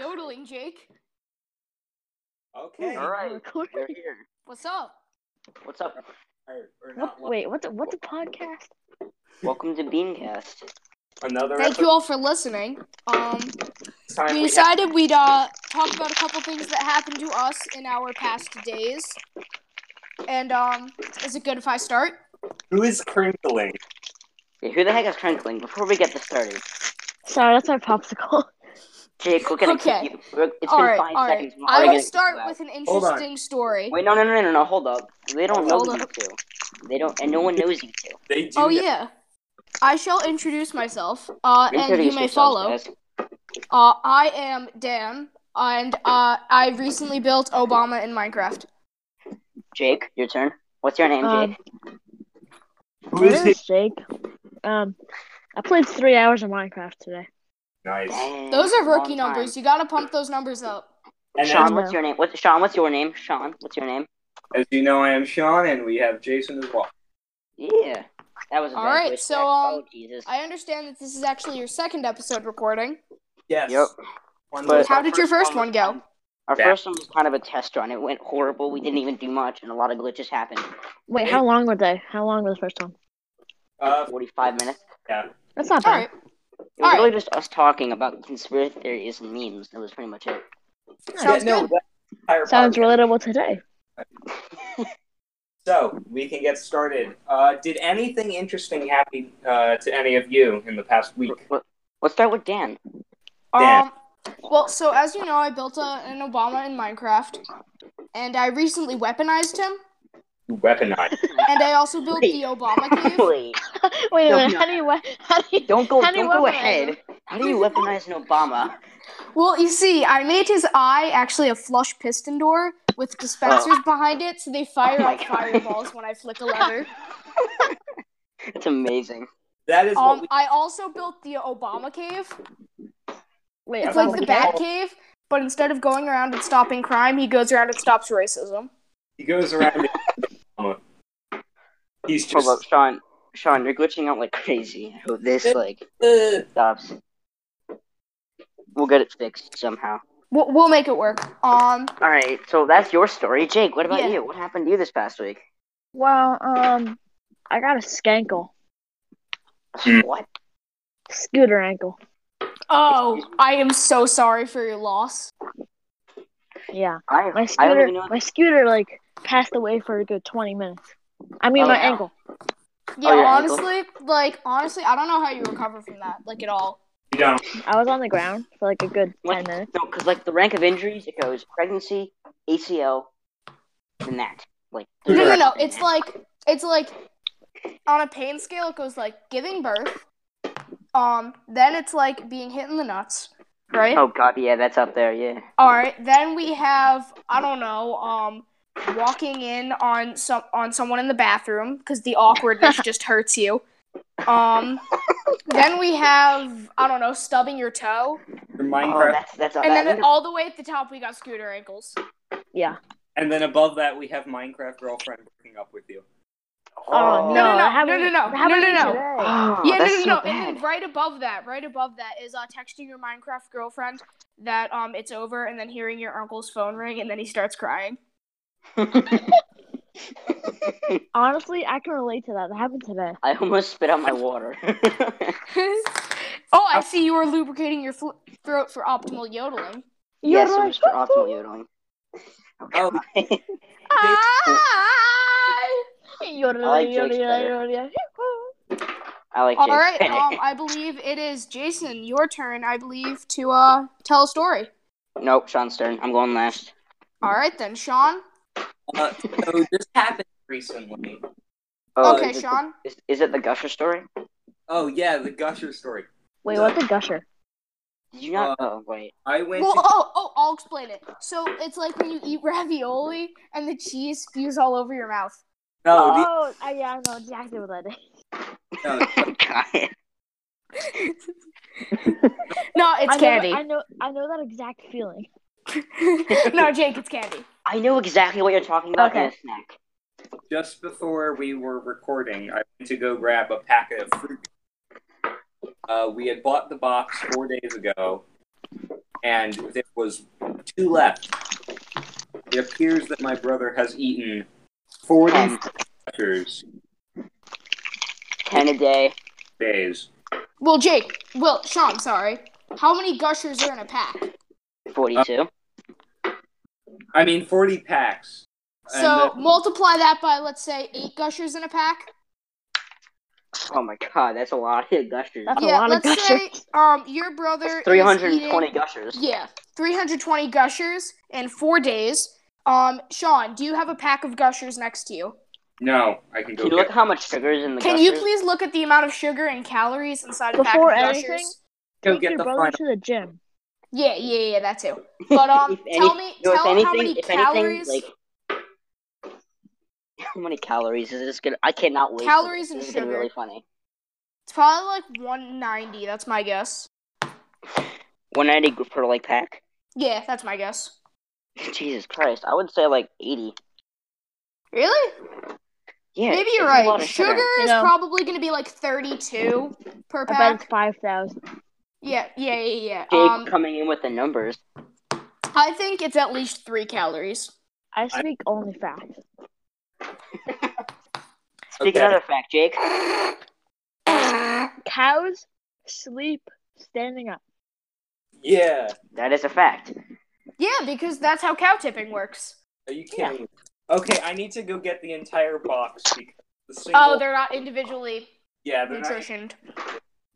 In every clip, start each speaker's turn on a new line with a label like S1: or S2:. S1: doing, Jake?
S2: Okay.
S3: All right,
S4: Recording.
S3: we're here.
S1: What's up?
S3: What's up?
S2: Or, or
S4: What,
S2: not one-
S4: wait, what's a, what's a podcast?
S3: Welcome to Beancast.
S2: Another
S1: Thank you all for listening. Um,
S2: Time
S1: we
S2: we have-
S1: decided we'd uh, talk about a couple things that happened to us in our past days. And um, is it good if I start?
S2: Who is crinkling?
S3: Yeah, who the heck is crinkling? Before we get this started,
S4: Sorry, that's my popsicle.
S3: Jake, we're gonna
S1: Okay.
S3: keep you. We're, it's
S1: all
S3: been
S1: right,
S3: five
S1: all right.
S3: seconds. we're
S1: I
S3: already
S1: will
S3: gonna
S1: start
S3: keep you
S1: with
S3: out.
S1: an
S2: Hold on.
S1: interesting story.
S3: Wait, no, no, no, no, no. Hold up. They don't know
S1: Hold
S3: you
S1: up.
S3: two. They don't, and no one knows you two.
S2: They do.
S1: Oh
S2: that.
S1: yeah, I shall introduce myself. Uh, and you
S3: Introduce
S1: may
S3: yourselves,
S1: follow.
S3: guys.
S1: Uh, I am Dan, and uh, I recently built Obama in Minecraft.
S3: Jake, your turn. What's your name,
S4: Um,
S3: Jake?
S2: Who is
S4: Where's
S2: it?
S4: Jake? Um, I played three hours of Minecraft today.
S2: Nice.
S3: Dang,
S1: Those are
S3: Mm, long
S1: rookie
S3: time.
S1: numbers. You gotta pump those numbers up.
S2: And as,
S3: Sean, what's your name? What's Sean? What's your name? Sean, what's your name?
S2: as you know, I am Sean, and we have Jason as well.
S3: Yeah, that was a
S1: All
S3: bad
S1: right,
S3: voice
S1: so,
S3: crack.
S1: um,
S3: oh, Jesus.
S1: I understand that this is actually your second episode recording.
S2: Yes.
S3: Yep.
S2: One
S3: But-
S2: was-
S1: How did your first one go?
S3: Our
S2: Yeah.
S3: first one was kind of a test run. It went horrible. We didn't even do much, and a lot of glitches happened.
S4: Wait, how long were they? How long was the first one?
S2: uh,
S3: Forty-five minutes.
S4: That's not
S1: All
S4: bad.
S1: right.
S3: It was
S1: All right.
S3: really just us talking about conspiracy theories and memes. That was pretty much it.
S1: Sounds
S2: yeah, no,
S1: good.
S2: that entire
S4: Sounds
S2: podcast.
S4: relatable today.
S2: So we can get started. Uh, did anything interesting happen uh, to any of you in the past week?
S3: Let- Let's start with Dan.
S2: Yeah.
S1: Um, well, so as you know, I built a, an Obama in Minecraft, and I recently weaponized him,
S2: You weaponized.
S1: and I also built
S3: Wait.
S1: the Obama cave.
S3: Wait,
S4: wait,
S3: No,
S4: wait,
S3: no.
S4: how do you, wa- how do you,
S3: don't go.
S4: How
S3: Don't
S4: do you
S3: go
S4: weaponize
S3: ahead. How do you weaponize an Obama?
S1: Well, you see, I made his eye actually a flush piston door with dispensers behind it, so they fire
S3: Oh my
S1: out
S3: God.
S1: fireballs when I flick a lever.
S3: It's amazing.
S2: That is what
S1: Um,
S2: we
S1: I also built the Obama cave.
S4: wait,
S1: It's
S4: I'm
S1: like the
S4: gonna
S1: Bat Cave, but instead of going around and stopping crime, he goes around and stops racism.
S2: he goes around. and- He's
S3: Hold
S2: just.
S3: up, Sean. Sean, you're glitching out like crazy. I hope this like
S2: Uh,
S3: stops. We'll get it fixed somehow.
S1: We'll, we'll make it work. Um,
S3: All right, so that's your story, Jake. What about
S1: Yeah.
S3: you? What happened to you this past week?
S4: Well, um, I got a skankle,
S2: Hmm.
S3: What?
S4: scooter ankle.
S1: oh, I am so sorry for your loss.
S4: Yeah,
S3: I
S4: my
S3: I don't
S4: scooter,
S3: even know.
S4: my scooter like passed away for a good twenty minutes. I mean,
S3: Oh,
S4: my
S3: wow.
S4: ankle.
S1: Yeah,
S3: your ankle.
S1: honestly, like honestly, I don't know how you recover from that, like at all.
S2: you don't.
S4: I was on the ground for like a good
S3: What?
S4: ten minutes.
S3: No, because like the rank of injuries, it goes pregnancy, ACL, and that. Like
S1: No, no,
S2: Correct.
S1: no. It's like it's like on a pain scale, it goes like giving birth. Um, then it's like being hit in the nuts, right?
S3: Oh god, yeah, that's up there. Yeah.
S1: All right, then we have I don't know, um, walking in on some on someone in the bathroom because the awkwardness just hurts you. Um, then we have I don't know, stubbing your toe,
S2: Your
S3: Oh,
S2: Minecraft.
S3: that's that's.
S1: and
S3: that-
S1: then all the way at the top we got scooter ankles.
S4: Yeah.
S2: And then above that, we have Minecraft girlfriend breaking up with you.
S1: No,
S4: Oh,
S1: no,
S4: that
S1: no, no,
S4: happened-
S1: no, no,
S4: that
S1: no,
S4: happened
S1: no, no.
S4: today.
S3: Oh,
S1: yeah, no,
S3: that's
S1: no,
S3: so
S1: no.
S3: bad.
S1: And then right above that, right above that is uh, texting your Minecraft girlfriend that um it's over, and then hearing your uncle's phone ring, and then he starts crying.
S4: Honestly, I can relate to that. That happened today.
S3: I almost spit out my water.
S1: oh, I see you are lubricating your fl- throat for optimal yodeling.
S3: yes, it was for optimal yodeling.
S2: Oh.
S3: Okay.
S1: Ah!
S3: like Jake's better. I like.
S1: All
S3: Jake's
S1: right,
S3: better.
S1: um, I believe it is Jason, your turn, I believe, to uh tell a story.
S3: nope, Sean's turn. I'm going last.
S1: All right then, Sean.
S2: Uh, so this happened recently.
S3: Oh,
S1: Okay,
S3: is it the-
S1: Sean.
S3: Is, is it the Gusher story?
S2: Oh yeah, the Gusher story.
S4: Wait, what's a gusher?
S3: Did you not?
S2: Uh,
S3: oh wait.
S2: I went
S1: Well,
S2: to
S1: oh, oh, I'll explain it. So it's like when you eat ravioli and the cheese spews all over your mouth.
S2: no, Uh, the-
S4: oh, I, yeah, I know exactly what that is.
S2: no,
S3: Oh, God.
S1: No, it's
S4: I know,
S1: candy.
S4: I know, I know that exact feeling.
S1: no, Jake, it's candy.
S3: I know exactly what you're talking about in a
S4: Okay.
S3: snack.
S2: just before we were recording, I went to go grab a packet of fruit. Uh, we had bought the box four days ago, and there was two left. It appears that my brother has eaten 40
S4: Hmm.
S3: Ten.
S2: crackers
S3: Ten a day.
S2: days.
S1: Well, Jake, well, Sean, sorry. How many gushers are in a pack?
S2: Uh,
S3: Forty-two.
S2: I mean, 40 packs. And
S1: So
S2: the-
S1: multiply that by, let's say, eight gushers in a pack.
S3: Oh my god, that's a lot of gushers.
S4: That's
S1: yeah,
S4: a lot
S1: let's
S4: of gushers.
S1: say um your brother
S3: Three hundred and
S1: is
S3: twenty
S1: eating-
S3: gushers.
S1: yeah, three hundred twenty gushers in four days. Um, Sean, do you have a pack of gushers next to you?
S2: No, I can go
S3: Can you look
S2: get
S3: how much sugar is in the
S1: Can
S3: gushers?
S1: you please look at the amount of sugar and calories inside a
S4: Before
S1: pack of
S4: anything?
S1: gushers?
S2: go
S4: Take
S2: get
S4: your
S2: the
S4: brother
S2: final.
S4: to the gym.
S1: Yeah, yeah, yeah, that too. But um,
S3: If any-
S1: tell me,
S3: No,
S1: tell
S3: if anything,
S1: how many
S3: if
S1: calories,
S3: anything, like how many calories is this gonna? I cannot wait. for
S1: Calories
S3: this.
S1: and
S3: This is gonna be
S1: sugar.
S3: Really funny.
S1: it's probably like one ninety. That's my guess.
S3: One ninety per like pack.
S1: Yeah, that's my guess.
S3: Jesus Christ, I would say like eighty.
S1: Really?
S3: Yeah,
S1: Maybe
S3: it's
S1: you're
S3: a lot
S1: right.
S3: of
S1: Sugar
S4: You
S1: is
S4: know.
S1: probably going to be like 32 per
S4: I bet it's
S1: pack.
S4: five thousand.
S1: Yeah, yeah, yeah, yeah.
S3: Jake
S1: Um,
S3: coming in with the numbers.
S1: I think it's at least three calories.
S4: I speak only facts.
S3: Speak
S2: Okay.
S3: another fact, Jake.
S4: Cows sleep standing up.
S2: Yeah.
S3: That is a fact.
S1: Yeah, because that's how cow tipping works.
S2: Are you kidding me? Okay, I need to go get the entire box because the single.
S1: Oh, they're not individually
S2: yeah, they're not-
S1: nutritioned.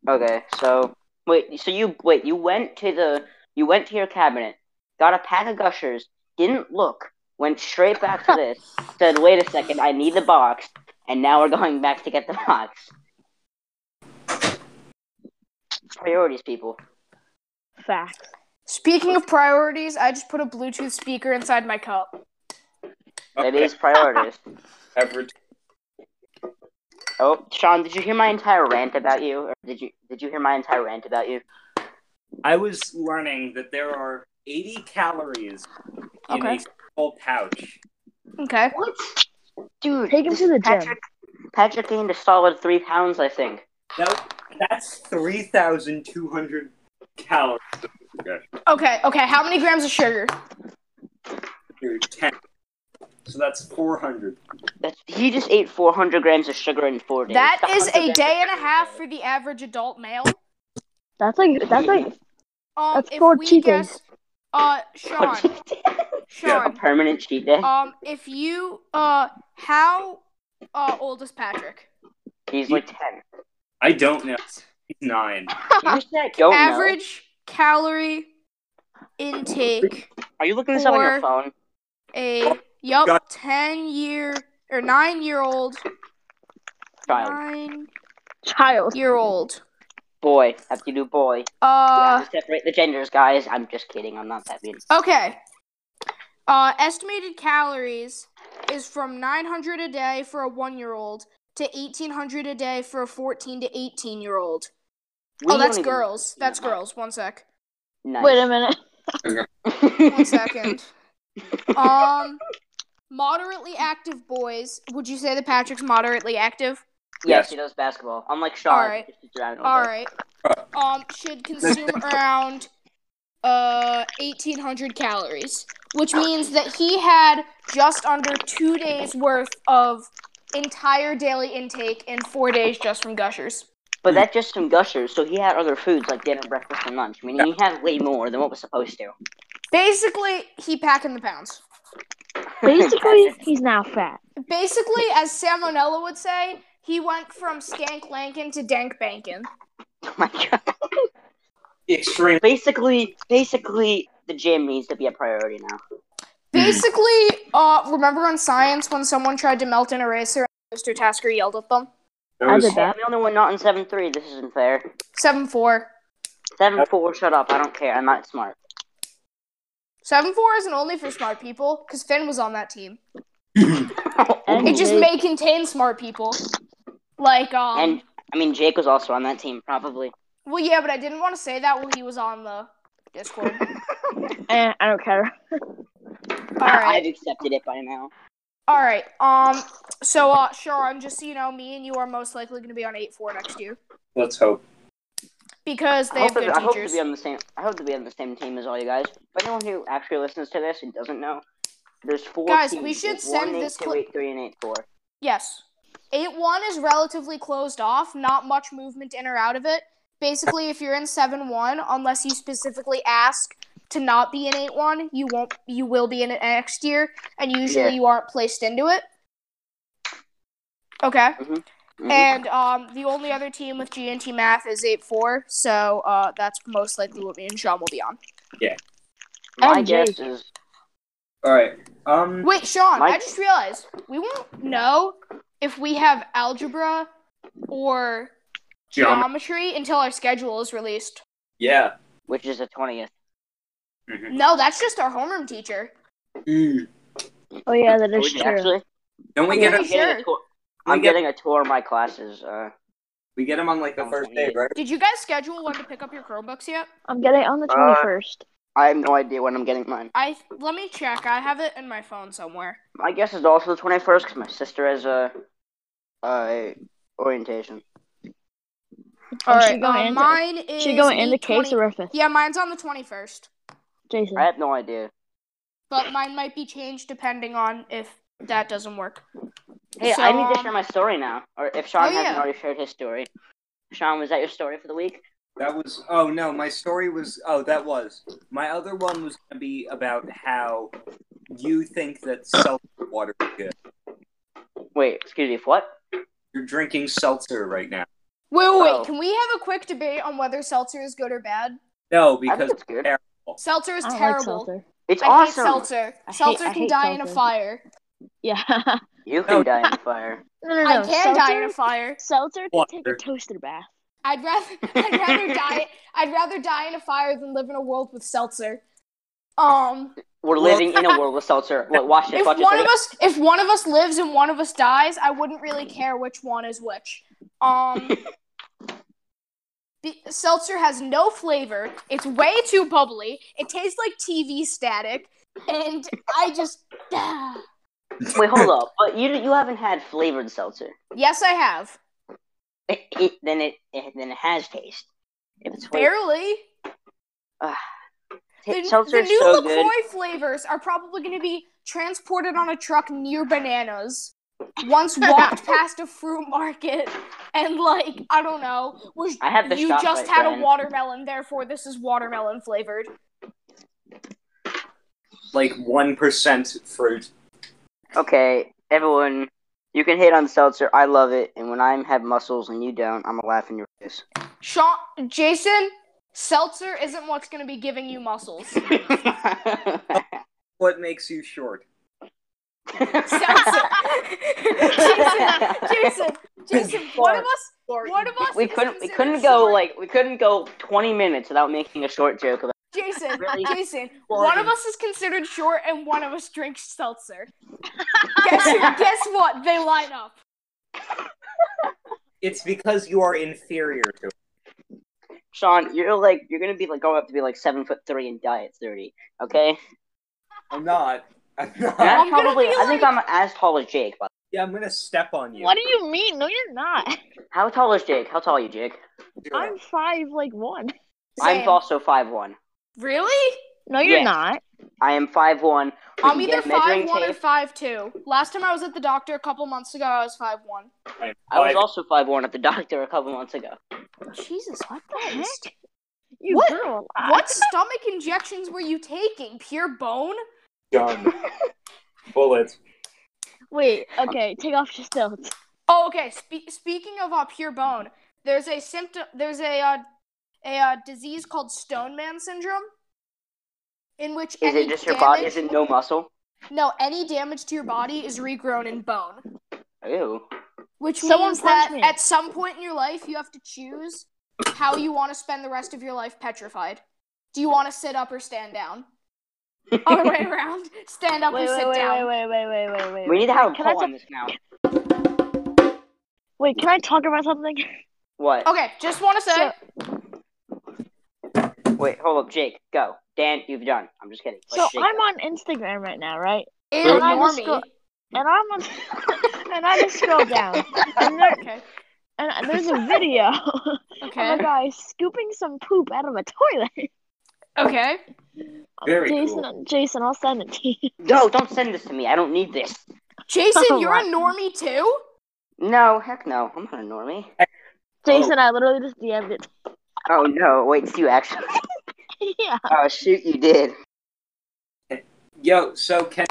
S3: Okay, so wait, so you wait, you went to the you went to your cabinet, got a pack of gushers, didn't look, went straight back to this, said, "Wait a second, I need the box," and now we're going back to get the box. Priorities, people.
S4: Facts.
S1: Speaking of priorities, I just put a Bluetooth speaker inside my cup.
S3: That
S2: Okay,
S3: is priorities.
S2: I've ret-
S3: Oh, Sean, did you hear my entire rant about you? Or did you did you hear my entire rant about you?
S2: I was learning that there are 80 calories in
S1: Okay.
S2: a whole pouch.
S1: Okay.
S3: What? Dude,
S4: Take him
S3: this
S4: to the gym.
S3: Patrick, Patrick gained a solid three pounds, I think.
S2: That, that's 3,200 calories. Okay.
S1: Okay, okay. How many grams of sugar?
S2: You're 10. So that's 400.
S3: That's, he just ate 400 grams of sugar in four days.
S1: That is a
S3: 400 grams
S1: day
S3: of
S1: and a
S3: sugar.
S1: half for the average adult male.
S4: That's like that's like
S1: Um,
S4: That's
S1: if
S4: called
S1: we
S4: cheating.
S1: guess, uh, Sean,
S3: a
S1: Sean,
S3: permanent cheat day.
S1: Um, if you uh, how uh old is Patrick?
S3: He's like 10.
S2: I don't know. He's 9.
S3: You said don't know.
S1: Average calorie intake
S3: Are you looking this up on your
S1: for-
S3: phone?
S1: a yup
S2: God.
S1: ten year or nine year old
S3: Child.
S1: nine
S4: child.
S1: year old.
S3: Boy. Have to do boy.
S1: Uh, Oh,
S3: separate the genders, guys. I'm just kidding. I'm not that mean.
S1: okay. Uh, estimated calories is from 900 a day for a one year old to 1800 a day for a 14 to 18 year old.
S3: We
S1: oh, that's
S3: don't even-
S1: girls.
S3: you
S1: That's
S3: know.
S1: girls. One sec.
S3: Nice.
S4: Wait a minute.
S1: One second. Um, moderately active boys. Would you say that Patrick's moderately active?
S3: yes,
S2: Yes.
S3: he knows basketball. Unlike Sean.
S1: Alright.
S3: he just drowned
S1: All
S3: over.
S1: right. Um, should consume around uh 1,800 calories, which means that he had just under two days worth of entire daily intake in four days just from gushers.
S3: But that's just some gushers, so he had other foods like dinner, breakfast, and lunch, meaning he had way more than what was supposed to.
S1: Basically, he packing the pounds.
S4: Basically, he's now fat.
S1: Basically, as Sam Onella would say, he went from stank lankin to dank bankin.
S3: oh my god.
S2: Extreme.
S3: basically, basically, the gym needs to be a priority now.
S1: Basically, uh, remember on science when someone tried to melt an eraser and Mr. Tasker yelled at them?
S4: I
S2: Those-
S4: did
S3: Hey, I'm
S4: that.
S3: the only one not in seven three. This isn't fair.
S1: 7 4.
S3: Seven four, shut up. I don't care. I'm not smart.
S1: 7 4 isn't only for smart people, because Finn was on that team. It
S4: And
S1: just
S4: Jake-
S3: Mm-hmm.
S1: may contain smart people. Like, um.
S3: and I mean, Jake was also on that team, probably.
S1: well, yeah, but I didn't want to say that while he was on the Discord.
S4: Eh, I don't care.
S1: Alright.
S3: I've accepted it by now.
S1: Alright. Um, so, uh, Sean, just so you know, me and you are most likely going to be on 8 4 next year.
S2: Let's hope.
S1: because
S3: I
S1: they
S3: hope,
S1: have
S3: to,
S1: good
S3: I hope to
S1: teachers.
S3: be on the same. I hope to be on the same team as all you guys. For anyone who actually listens to this and doesn't know, there's four
S1: Guys,
S3: teams.
S1: we should
S3: It's
S1: send
S3: one,
S1: this
S3: eight, two,
S1: clip-
S3: eight, three, and eight four.
S1: Yes. 8 1 is relatively closed off, not much movement in or out of it. Basically, if you're in 7 1, unless you specifically ask to not be in 8 1, you won't you will be in it next year, and usually
S3: Yeah.
S1: you aren't placed into it. Okay.
S3: Mhm.
S1: And um, the only other team with GNT math is 8 4, so uh, that's most likely what me and Sean will be on.
S3: My
S4: and
S3: guess
S4: Jake.
S3: is
S2: All right. Um.
S1: Wait, Sean, I
S3: Mike-
S1: just realized we won't know if we have algebra or
S2: Geometry.
S1: geometry until our schedule is released.
S2: Yeah. Mm-hmm.
S3: which is the twentieth.
S1: No, that's just our homeroom teacher.
S2: Mm.
S4: Oh yeah, that is true.
S3: Actually,
S2: Don't we
S3: I'm
S2: get
S1: Yeah.
S2: him?
S3: getting,
S1: Sure.
S3: a tour.
S2: We
S3: I'm
S2: get-
S3: getting a tour of my classes. Uh,
S2: We get him on like the first day, right?
S1: Did you guys schedule when to pick up your Chromebooks yet?
S4: I'm getting on the
S3: Uh,
S4: twenty first.
S3: I have no idea when I'm getting mine.
S1: I let me check. I have it in my phone somewhere.
S3: My guess is also the twenty first because my sister has a, a orientation.
S1: All right,
S4: should we Oh, go
S1: um,
S4: in?
S1: mine is
S4: Should go in the case
S1: 8:20
S4: or a fifth,
S1: Yeah, mine's on the twenty first,
S4: Jason?
S3: I have no idea.
S1: but mine might be changed depending on if that doesn't work.
S3: Hey,
S1: So,
S3: I need to
S1: um,
S3: share my story now. Or if Sean
S1: oh,
S3: hasn't
S1: yeah.
S3: already shared his story. Sean, was that your story for the week?
S2: That was oh no, my story was oh that was my other one was gonna be about how you think that seltzer water is good.
S3: Wait, excuse me, if what?
S2: You're drinking seltzer right now.
S1: Wait, wait, wait.
S3: Oh.
S1: Can we have a quick debate on whether seltzer is good or bad?
S2: No,
S3: I think
S2: because
S3: it's good.
S1: Seltzer is
S4: I don't like
S1: terrible.
S4: seltzer.
S3: It's
S1: I hate
S3: awesome.
S1: seltzer.
S4: I hate-
S1: seltzer
S4: I
S1: can
S4: hate
S1: die in a
S4: seltzer.
S1: fire.
S4: Yeah. no,
S3: You can
S2: No.
S3: die in a fire.
S4: no, no.
S1: I can
S4: seltzer,
S1: die in a fire.
S4: Seltzer can take
S2: Water.
S4: a toaster bath.
S1: I'd rather I'd rather die I'd rather die in a fire than live in a world with seltzer. Um,
S3: We're
S2: Well-
S3: living in a world with seltzer. Wait, watch this,
S1: if
S3: watch this.
S1: one of us if one of us lives and one of us dies, I wouldn't really care which one is which. Um, be- seltzer has no flavor. It's way too bubbly. It tastes like TV static, and I just
S3: Wait, hold up. But you you haven't had flavored seltzer.
S1: yes, I have
S3: It, it, then it, it then it has taste. If it's flavored,
S1: barely. The,
S3: t-
S1: the
S3: seltzer is
S1: new
S3: so
S1: LaCroix
S3: good.
S1: flavors are probably going to be transported on a truck near bananas. Once walked past a fruit market and, like, I don't know, was
S3: I have the
S1: you
S3: shot
S1: just
S3: right
S1: had
S3: then.
S1: a watermelon, therefore this is watermelon flavored.
S2: like one percent fruit.
S3: Okay, everyone, you can hate on seltzer. I love it. And when I have muscles and you don't, I'm gonna laugh in your face.
S1: Sean, Jason, seltzer isn't what's going to be giving you muscles.
S2: What makes you short?
S1: seltzer. Jason, Jason, Jason, one of us, one of us.
S3: we
S1: is
S3: couldn't we
S1: considered
S3: couldn't go
S1: short.
S3: like we couldn't go 20 minutes without making a short joke about
S1: Jason,
S3: Really?
S1: Jason, one of us is considered short and one of us drinks seltzer. guess, guess what? They line up.
S2: It's because you are inferior to it.
S3: Sean. You're like you're gonna be like go up to be like seven foot three and die at 30. Okay,
S2: I'm not. I'm
S3: And
S2: not.
S3: I'm
S1: I'm gonna
S3: probably
S1: be
S3: I think
S1: like-
S3: I'm as tall as Jake. But
S2: Yeah, I'm gonna step on you.
S4: What do you mean? No, you're not.
S3: how tall is Jake? How tall are you, Jake?
S4: I'm five, like one.
S1: Same.
S3: I'm also five one.
S1: Really?
S4: No, you're
S3: Yes.
S4: not.
S3: I am five one.
S1: I'm either five one or five two. Last time I was at the doctor a couple months ago, I was five one.
S2: I'm
S3: I was
S2: five-
S3: also five one at the doctor a couple months ago.
S1: Jesus, what the
S4: heck?
S1: heck?
S4: You uh,
S1: What?
S4: grew a lot.
S1: What stomach injections were you taking? Pure bone?
S2: gun. Bullets.
S4: Wait. Okay. Take off your stilts.
S1: Oh, okay. Spe- speaking of uh, pure bone, there's a symptom. There's a uh, a uh, disease called Stoneman syndrome, in which
S3: Is
S1: any
S3: it just your body?
S1: damage-
S3: Is it no muscle?
S1: No, any damage to your body is regrown in bone,
S3: Ew.
S1: which
S4: Someone
S1: means
S4: punch
S1: that
S4: me.
S1: at some point in your life you have to choose how you want to spend the rest of your life petrified. Do you want to sit up or stand down? Other way around. Stand up
S4: Wait,
S1: or
S4: wait,
S1: sit
S4: wait,
S1: down.
S4: wait, wait, wait, wait, wait, wait.
S3: We need to have a
S4: Can I
S3: poll
S4: talk-
S3: on this now.
S4: Wait, can I talk about something?
S3: Oh, What?
S1: Okay, just want to say
S4: So-
S3: Wait, hold up, Jake. Go. Dan, you've done. I'm just kidding. Let
S4: So
S3: Jake
S4: I'm
S3: go.
S4: on Instagram right now, right?
S1: ew,
S3: Mhm.
S4: I was
S1: normie.
S4: go- And I'm on, and I just scroll down, and there,
S1: Okay.
S4: and there's a video
S1: Okay.
S4: of a guy scooping some poop out of a toilet.
S1: okay.
S2: Very
S4: Jason, Jason, I'll send it to you.
S3: No, don't send this to me. I don't need this.
S1: Jason,
S4: Oh,
S1: you're a
S4: wow.
S1: normie too?
S3: No, heck no. I'm not a normie.
S4: Jason, I literally just DM'd it.
S3: Oh no, wait, it's you actually.
S4: yeah.
S3: Oh shoot, you did.
S2: Yo, so can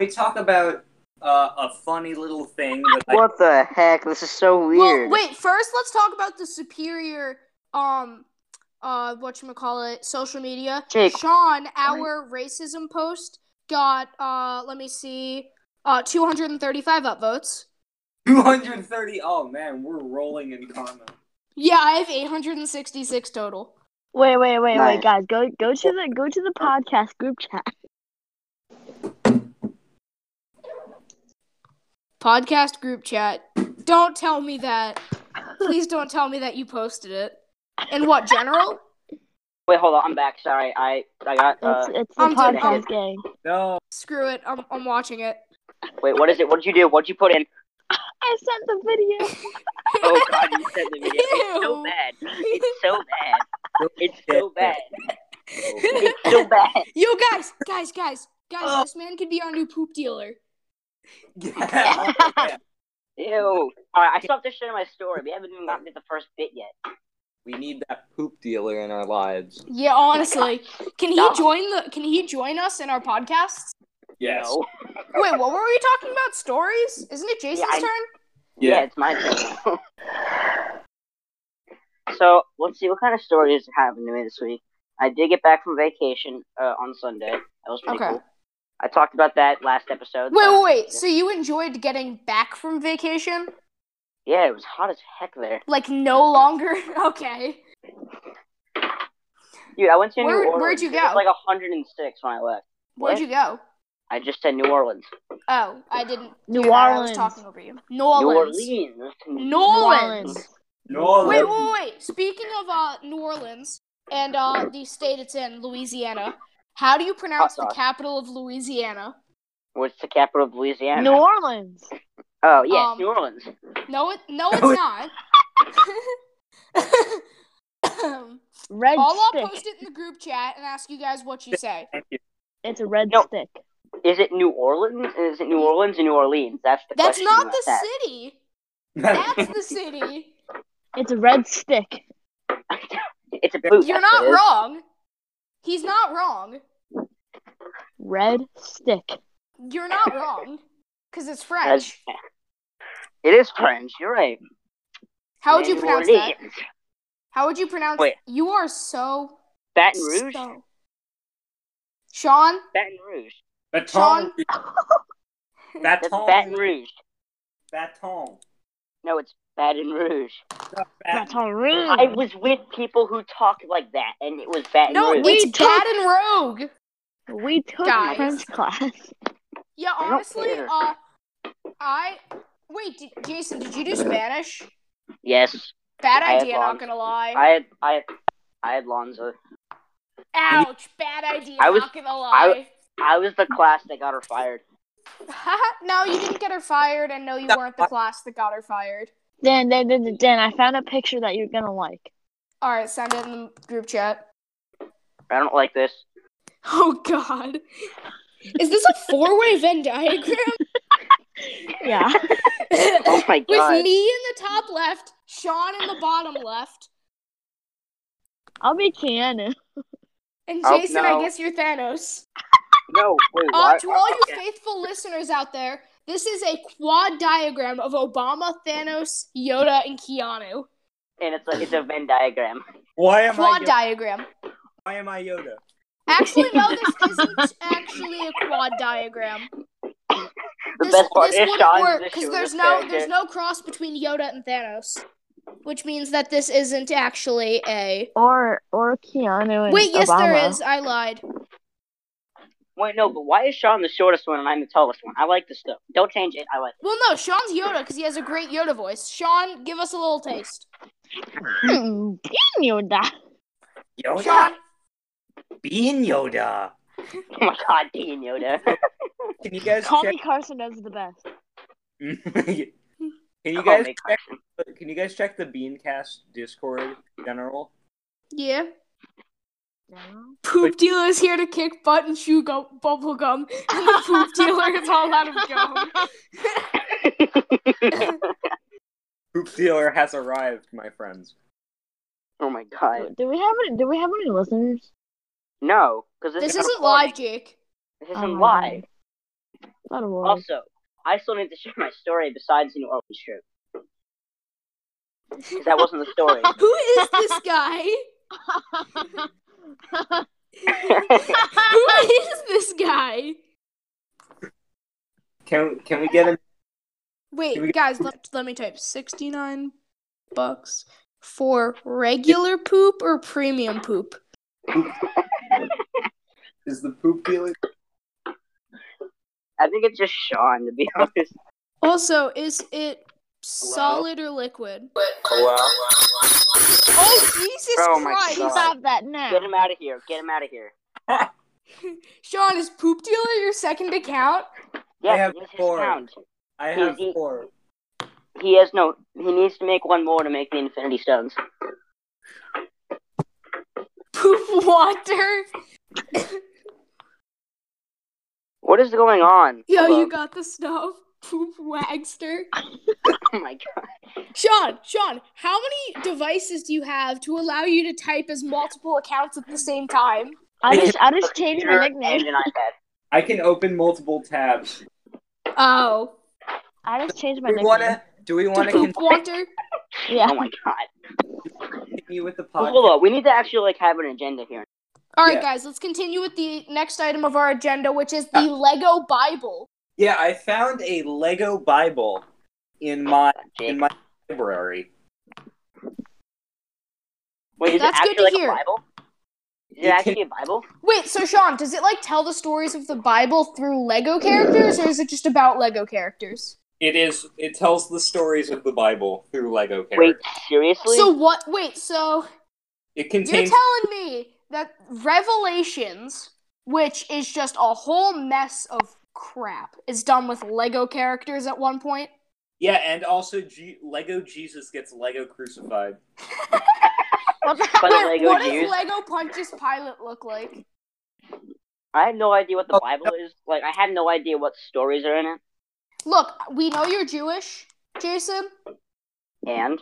S2: we talk about uh, a funny little thing that I
S3: What the heck? This is so
S1: Well,
S3: weird.
S1: wait. First, let's talk about the superior, um, uh, what you call it, social media.
S3: Jake.
S1: Sean, our racism post got uh, let me see, uh, two hundred and thirty-five upvotes.
S2: 230? Oh man, we're rolling in karma.
S1: Yeah, I have eight hundred and sixty-six total.
S4: Wait, wait, wait,
S3: Nice.
S4: wait, guys. Go, go to the, go to the podcast group chat.
S1: Podcast group chat. Don't tell me that. Please don't tell me that you posted it. In what general?
S3: Wait, hold on. I'm back. Sorry, I I got. Uh,
S4: It's, it's the
S1: I'm doing-
S4: podcast
S1: I'm-
S4: gang.
S2: No.
S1: Screw it. I'm, I'm watching it.
S3: wait, what is it? What did you do? What'd you put in?
S4: I sent the video.
S3: Oh god, you sent the video. It's so
S1: Ew.
S3: bad. It's so bad. It's so bad. It's so bad.
S1: Yo, guys, guys, guys, guys.
S3: Uh,
S2: Oh.
S1: This man could be our new poop dealer.
S2: Yeah.
S3: Ew. All right, I still have to share my story. We haven't even gotten to the first bit yet.
S2: We need that poop dealer in our lives.
S1: Yeah, honestly. Can he
S3: No.
S1: join the can he join us in our podcast?
S2: Yes.
S3: No.
S1: Wait, what were we talking about? Stories? Isn't it Jason's
S3: I-
S1: turn?
S3: Yeah.
S2: Yeah.
S3: it's my turn. so let's see what kind of stories happened to me this week. I did get back from vacation uh, on Sunday. That was pretty
S1: Okay.
S3: cool. I talked about that last episode.
S1: Wait,
S3: so-
S1: wait, wait. So you enjoyed getting back from vacation?
S3: Yeah, it was hot as heck there,
S1: Like no longer? Okay.
S3: dude. I went to
S1: Where-
S3: New Orleans.
S1: where'd you
S3: It was
S1: go?
S3: like 106 when I left.
S1: Where'd you go?
S3: I just said New Orleans.
S1: Oh, I didn't.
S4: New
S1: hear that. I was
S4: Orleans.
S1: talking over you. New Orleans.
S3: New Orleans.
S1: New Orleans.
S2: No.
S1: Wait, wait, wait. Speaking of uh, New Orleans and uh, the state it's in, Louisiana, how do you pronounce the
S3: sauce.
S1: capital of Louisiana?
S3: What's the capital of Louisiana?
S4: New Orleans.
S3: oh yes,
S1: um,
S3: New Orleans.
S1: No, it no,
S2: No,
S1: it's not.
S4: Red
S1: All I'll
S4: stick.
S1: post it in the group chat and ask you guys what you say.
S2: Thank you.
S4: It's a red
S3: No.
S4: stick.
S3: Is it New Orleans? Is it New Orleans or New Orleans? That's the
S1: That's
S3: question.
S1: not
S3: about
S1: the
S3: that.
S1: city. That's the city.
S4: It's a red stick.
S3: it's a boot.
S1: You're
S3: that's
S1: not
S3: what it is.
S1: wrong. He's not wrong.
S4: Red stick.
S1: You're not wrong. Because it's French.
S3: That's- It is French. You're right.
S1: How would you
S3: New
S1: pronounce that?
S3: Orleans.
S1: How would you pronounce
S3: Wait.
S1: You are so.
S3: Baton Rouge.
S1: so- Sean?
S3: Baton Rouge.
S2: Baton.
S3: That's
S2: Baton.
S3: Baton Rouge.
S2: Baton.
S3: No, it's Baton Rouge.
S2: Baton.
S4: Baton Rouge.
S1: Hmm.
S3: I was with people who talked like that, and it was Baton
S1: No,
S3: Rouge.
S1: it's
S4: We took-
S1: Baton Rogue.
S4: we took
S1: Guys.
S4: French class.
S1: Yeah,
S3: don't
S1: honestly,
S3: care.
S1: uh, I. Wait, did, Jason, did you do Spanish?
S3: Yes,
S1: Bad
S3: I had
S1: idea, not
S3: logs.
S1: gonna lie.
S3: I had, I had, I had Lonzo.
S1: Ouch, bad idea,
S3: I was-
S1: not gonna lie.
S3: I was the class that got her fired.
S1: no, you didn't get her fired, and no, you
S2: No,
S1: weren't the
S2: I-
S1: class that got her fired.
S4: Dan, Dan, Dan, Dan, Dan, I found a picture that you're gonna like.
S1: All right, send it in the group chat.
S3: I don't like this.
S1: Oh God, is this a four-way Venn diagram
S4: Yeah.
S3: Oh my
S1: with
S3: god.
S1: me in the top left, Sean in the bottom left,
S4: I'll be Keanu.
S1: and
S3: Oh,
S1: Jason?
S3: no.
S1: I guess you're Thanos.
S3: No, wait,
S1: Uh,
S3: why-
S1: to all you
S3: okay.
S1: faithful listeners out there, this is a quad diagram of Obama, Thanos, Yoda, and Keanu.
S3: And it's a, it's a Venn diagram.
S2: Why am I?
S1: Quad
S2: Yoda?
S1: diagram.
S2: Why am I Yoda?
S1: Actually, no, this isn't actually a quad diagram.
S3: The
S1: This,
S3: best part
S1: this
S3: is
S1: wouldn't
S3: Sean's
S1: work
S3: just
S1: because
S3: doing
S1: there's
S3: this
S1: no there's
S3: character.
S1: no cross between Yoda and Thanos, which means that this isn't actually a.
S4: Or or Keanu and
S1: Wait, yes, there
S4: Obama.
S1: is. I lied.
S3: Wait, no, but why is Sean the shortest one and I'm the tallest one? I like this stuff. Don't change it. I like
S1: Well, no, Sean's Yoda because he has a great Yoda voice. Sean, give us a little taste.
S4: Hmm,
S1: Mm,
S4: Keanu that.
S2: Yoda.
S1: Sean,
S2: Being Yoda.
S3: it. Oh my god, Dean Yoda.
S2: Can you guys
S4: Call
S2: check?
S4: me Carson does the best.
S2: Can Can you
S3: Oh,
S2: guys
S3: make
S2: check,
S3: action.
S2: can you guys check the Beancast Discord general?
S1: Yeah.
S4: No.
S1: Poop dealer is here to kick butt and chew go- bubble gum, and the poop dealer is all out of gum.
S2: Poop dealer has arrived, my friends.
S3: oh my god.
S4: Do we have any? Do we have any listeners?
S3: No, because
S1: This isn't live, Jake.
S3: This
S4: Oh
S3: isn't
S4: my
S3: live. Oh.
S4: God. Thought it was.
S3: Also, I still need to share my story besides the New Orleans trip. 'Cause that wasn't the story.
S1: Who is this guy? Who is this guy?
S2: Can can we get him? Can we
S1: Wait,
S2: get-
S1: guys, let, let me type 69 bucks for regular poop or premium poop?
S2: Is the poop dealer?
S3: I think it's just Sean, to be honest.
S1: Also, is it solid or liquid? Oh, Jesus
S3: Oh my
S1: Christ.
S3: God.
S4: Stop that
S1: Hmm.
S3: Get
S4: now.
S3: him out of here. Get him out of here.
S1: Sean, is poop dealer your second account?
S2: I
S3: Yes,
S2: have
S3: it is his
S2: four.
S3: count.
S2: I have
S3: He- he-
S2: four.
S3: He has no. He needs to make one more to make the Infinity Stones.
S1: Poop water?
S3: What is going on?
S1: Yo,
S3: Hello.
S1: you got the stuff. Poop wagster.
S3: Oh my god.
S1: Sean, Sean, how many devices do you have to allow you to type as multiple accounts at the same time?
S4: I just I just changed my
S3: Computer
S4: nickname.
S3: And an iPad.
S2: I can open multiple tabs.
S1: Oh.
S4: I just changed my
S2: We
S4: nickname.
S2: wanna? Do we want to
S1: Poop water?
S4: Yeah.
S3: Oh my god.
S2: continue with the
S3: Well, hold
S2: podcast?
S3: on. We need to actually like have an agenda here.
S1: All right,
S2: Yeah.
S1: guys, let's continue with the next item of our agenda, which is
S2: Ah.
S1: the Lego Bible.
S2: Yeah, I found a Lego Bible in my in
S3: Jake.
S2: my library.
S3: Wait, is
S1: That's
S3: it
S1: good
S3: actually
S1: to
S3: like
S1: hear.
S3: a Bible? Is it
S2: You
S3: actually a Bible?
S1: Wait, so Sean, does it like tell the stories of the Bible through Lego characters, or is it just about Lego characters?
S2: It is. It tells the stories of the Bible through Lego
S3: Wait,
S2: characters.
S3: seriously?
S1: So what? Wait, so
S2: It
S1: you're
S2: contains.
S1: telling me that Revelations, which is just a whole mess of crap, is done with Lego characters at one point?
S2: yeah, and also G- Lego Jesus gets Lego crucified.
S4: What the-
S3: By the
S1: Wait,
S3: Lego
S1: what does
S3: Jews?
S1: Lego Pontius Pilate look like?
S3: I have no idea what the
S2: Oh,
S3: Bible is. Like, I have no idea what stories are in it.
S1: Look, we know you're Jewish, Jason.
S3: And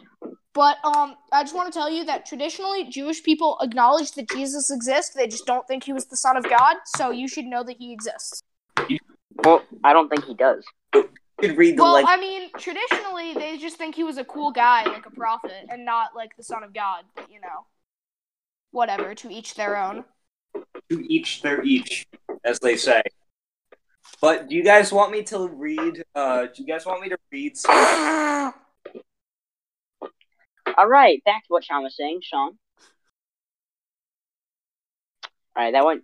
S1: But um, I just want to tell you that traditionally Jewish people acknowledge that Jesus exists. They just don't think he was the Son of God. So you should know that he exists.
S3: well, I don't think he does.
S2: You could read the
S1: Well,
S2: Lego.
S1: I mean, traditionally they just think he was a cool guy, like a prophet, and not like the Son of God. But you know, whatever. To each their own.
S2: to each their each, as they say. But do you guys want me to read? Uh, do you guys want me to read? Some-
S3: All right, back to what Sean was saying, Sean. All right, that one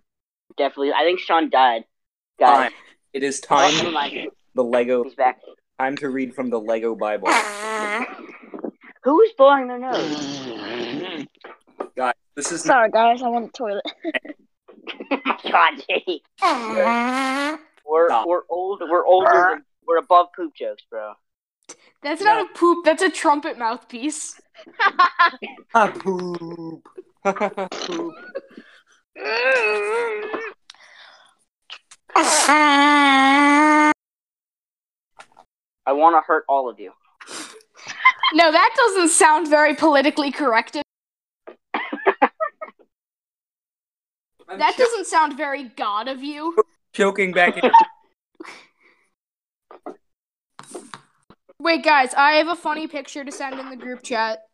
S3: definitely. I think Sean died. Guys,
S2: time. It is
S3: oh, never
S2: time.
S3: mind.
S2: The Lego.
S3: He's back.
S2: Time to read from the Lego Bible.
S3: Who's blowing their nose?
S2: Guys, this is
S4: Sorry guys, I want the toilet.
S3: Oh my God, Jake. We're
S2: Stop.
S3: we're old. We're older. Than, we're above poop jokes, bro.
S1: That's
S2: No.
S1: not a poop. That's a trumpet mouthpiece.
S2: Ah, poop. Poop.
S3: I want to hurt all of you.
S1: No, that doesn't sound very politically correct.
S2: I'm
S1: That
S2: cho-
S1: doesn't sound very God of you.
S2: choking back in.
S1: Wait, guys, I have a funny picture to send in the group chat.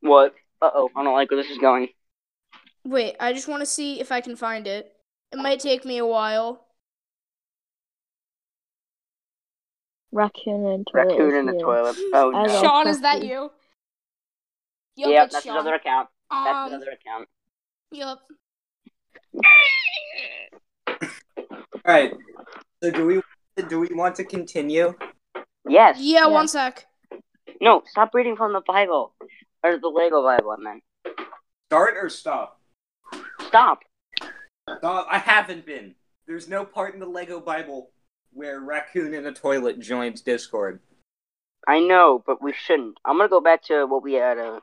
S3: What? Uh oh. I don't like where this is going.
S1: Wait, I just want to see if I can find it. It might take me a while.
S4: Raccoon and toilet.
S3: Raccoon
S4: is
S3: in the
S4: here.
S3: toilet. Oh
S4: I
S3: no.
S4: don't-
S1: Sean, is that
S4: Cookie.
S1: you? Yup,
S3: Yep,
S1: it's
S3: that's
S1: Sean.
S3: another account. That's
S1: Um,
S3: another account.
S1: yup.
S2: All right. So do we do we want to continue?
S3: Yes.
S1: Yeah,
S4: Yeah.
S1: one sec.
S3: No. Stop reading from the Bible or the Lego Bible, I meant.
S2: Start or stop?
S3: Stop.
S2: Stop. I haven't been. There's no part in the Lego Bible where raccoon in a toilet joins Discord.
S3: I know, but we shouldn't. I'm gonna go back to what we had. Uh,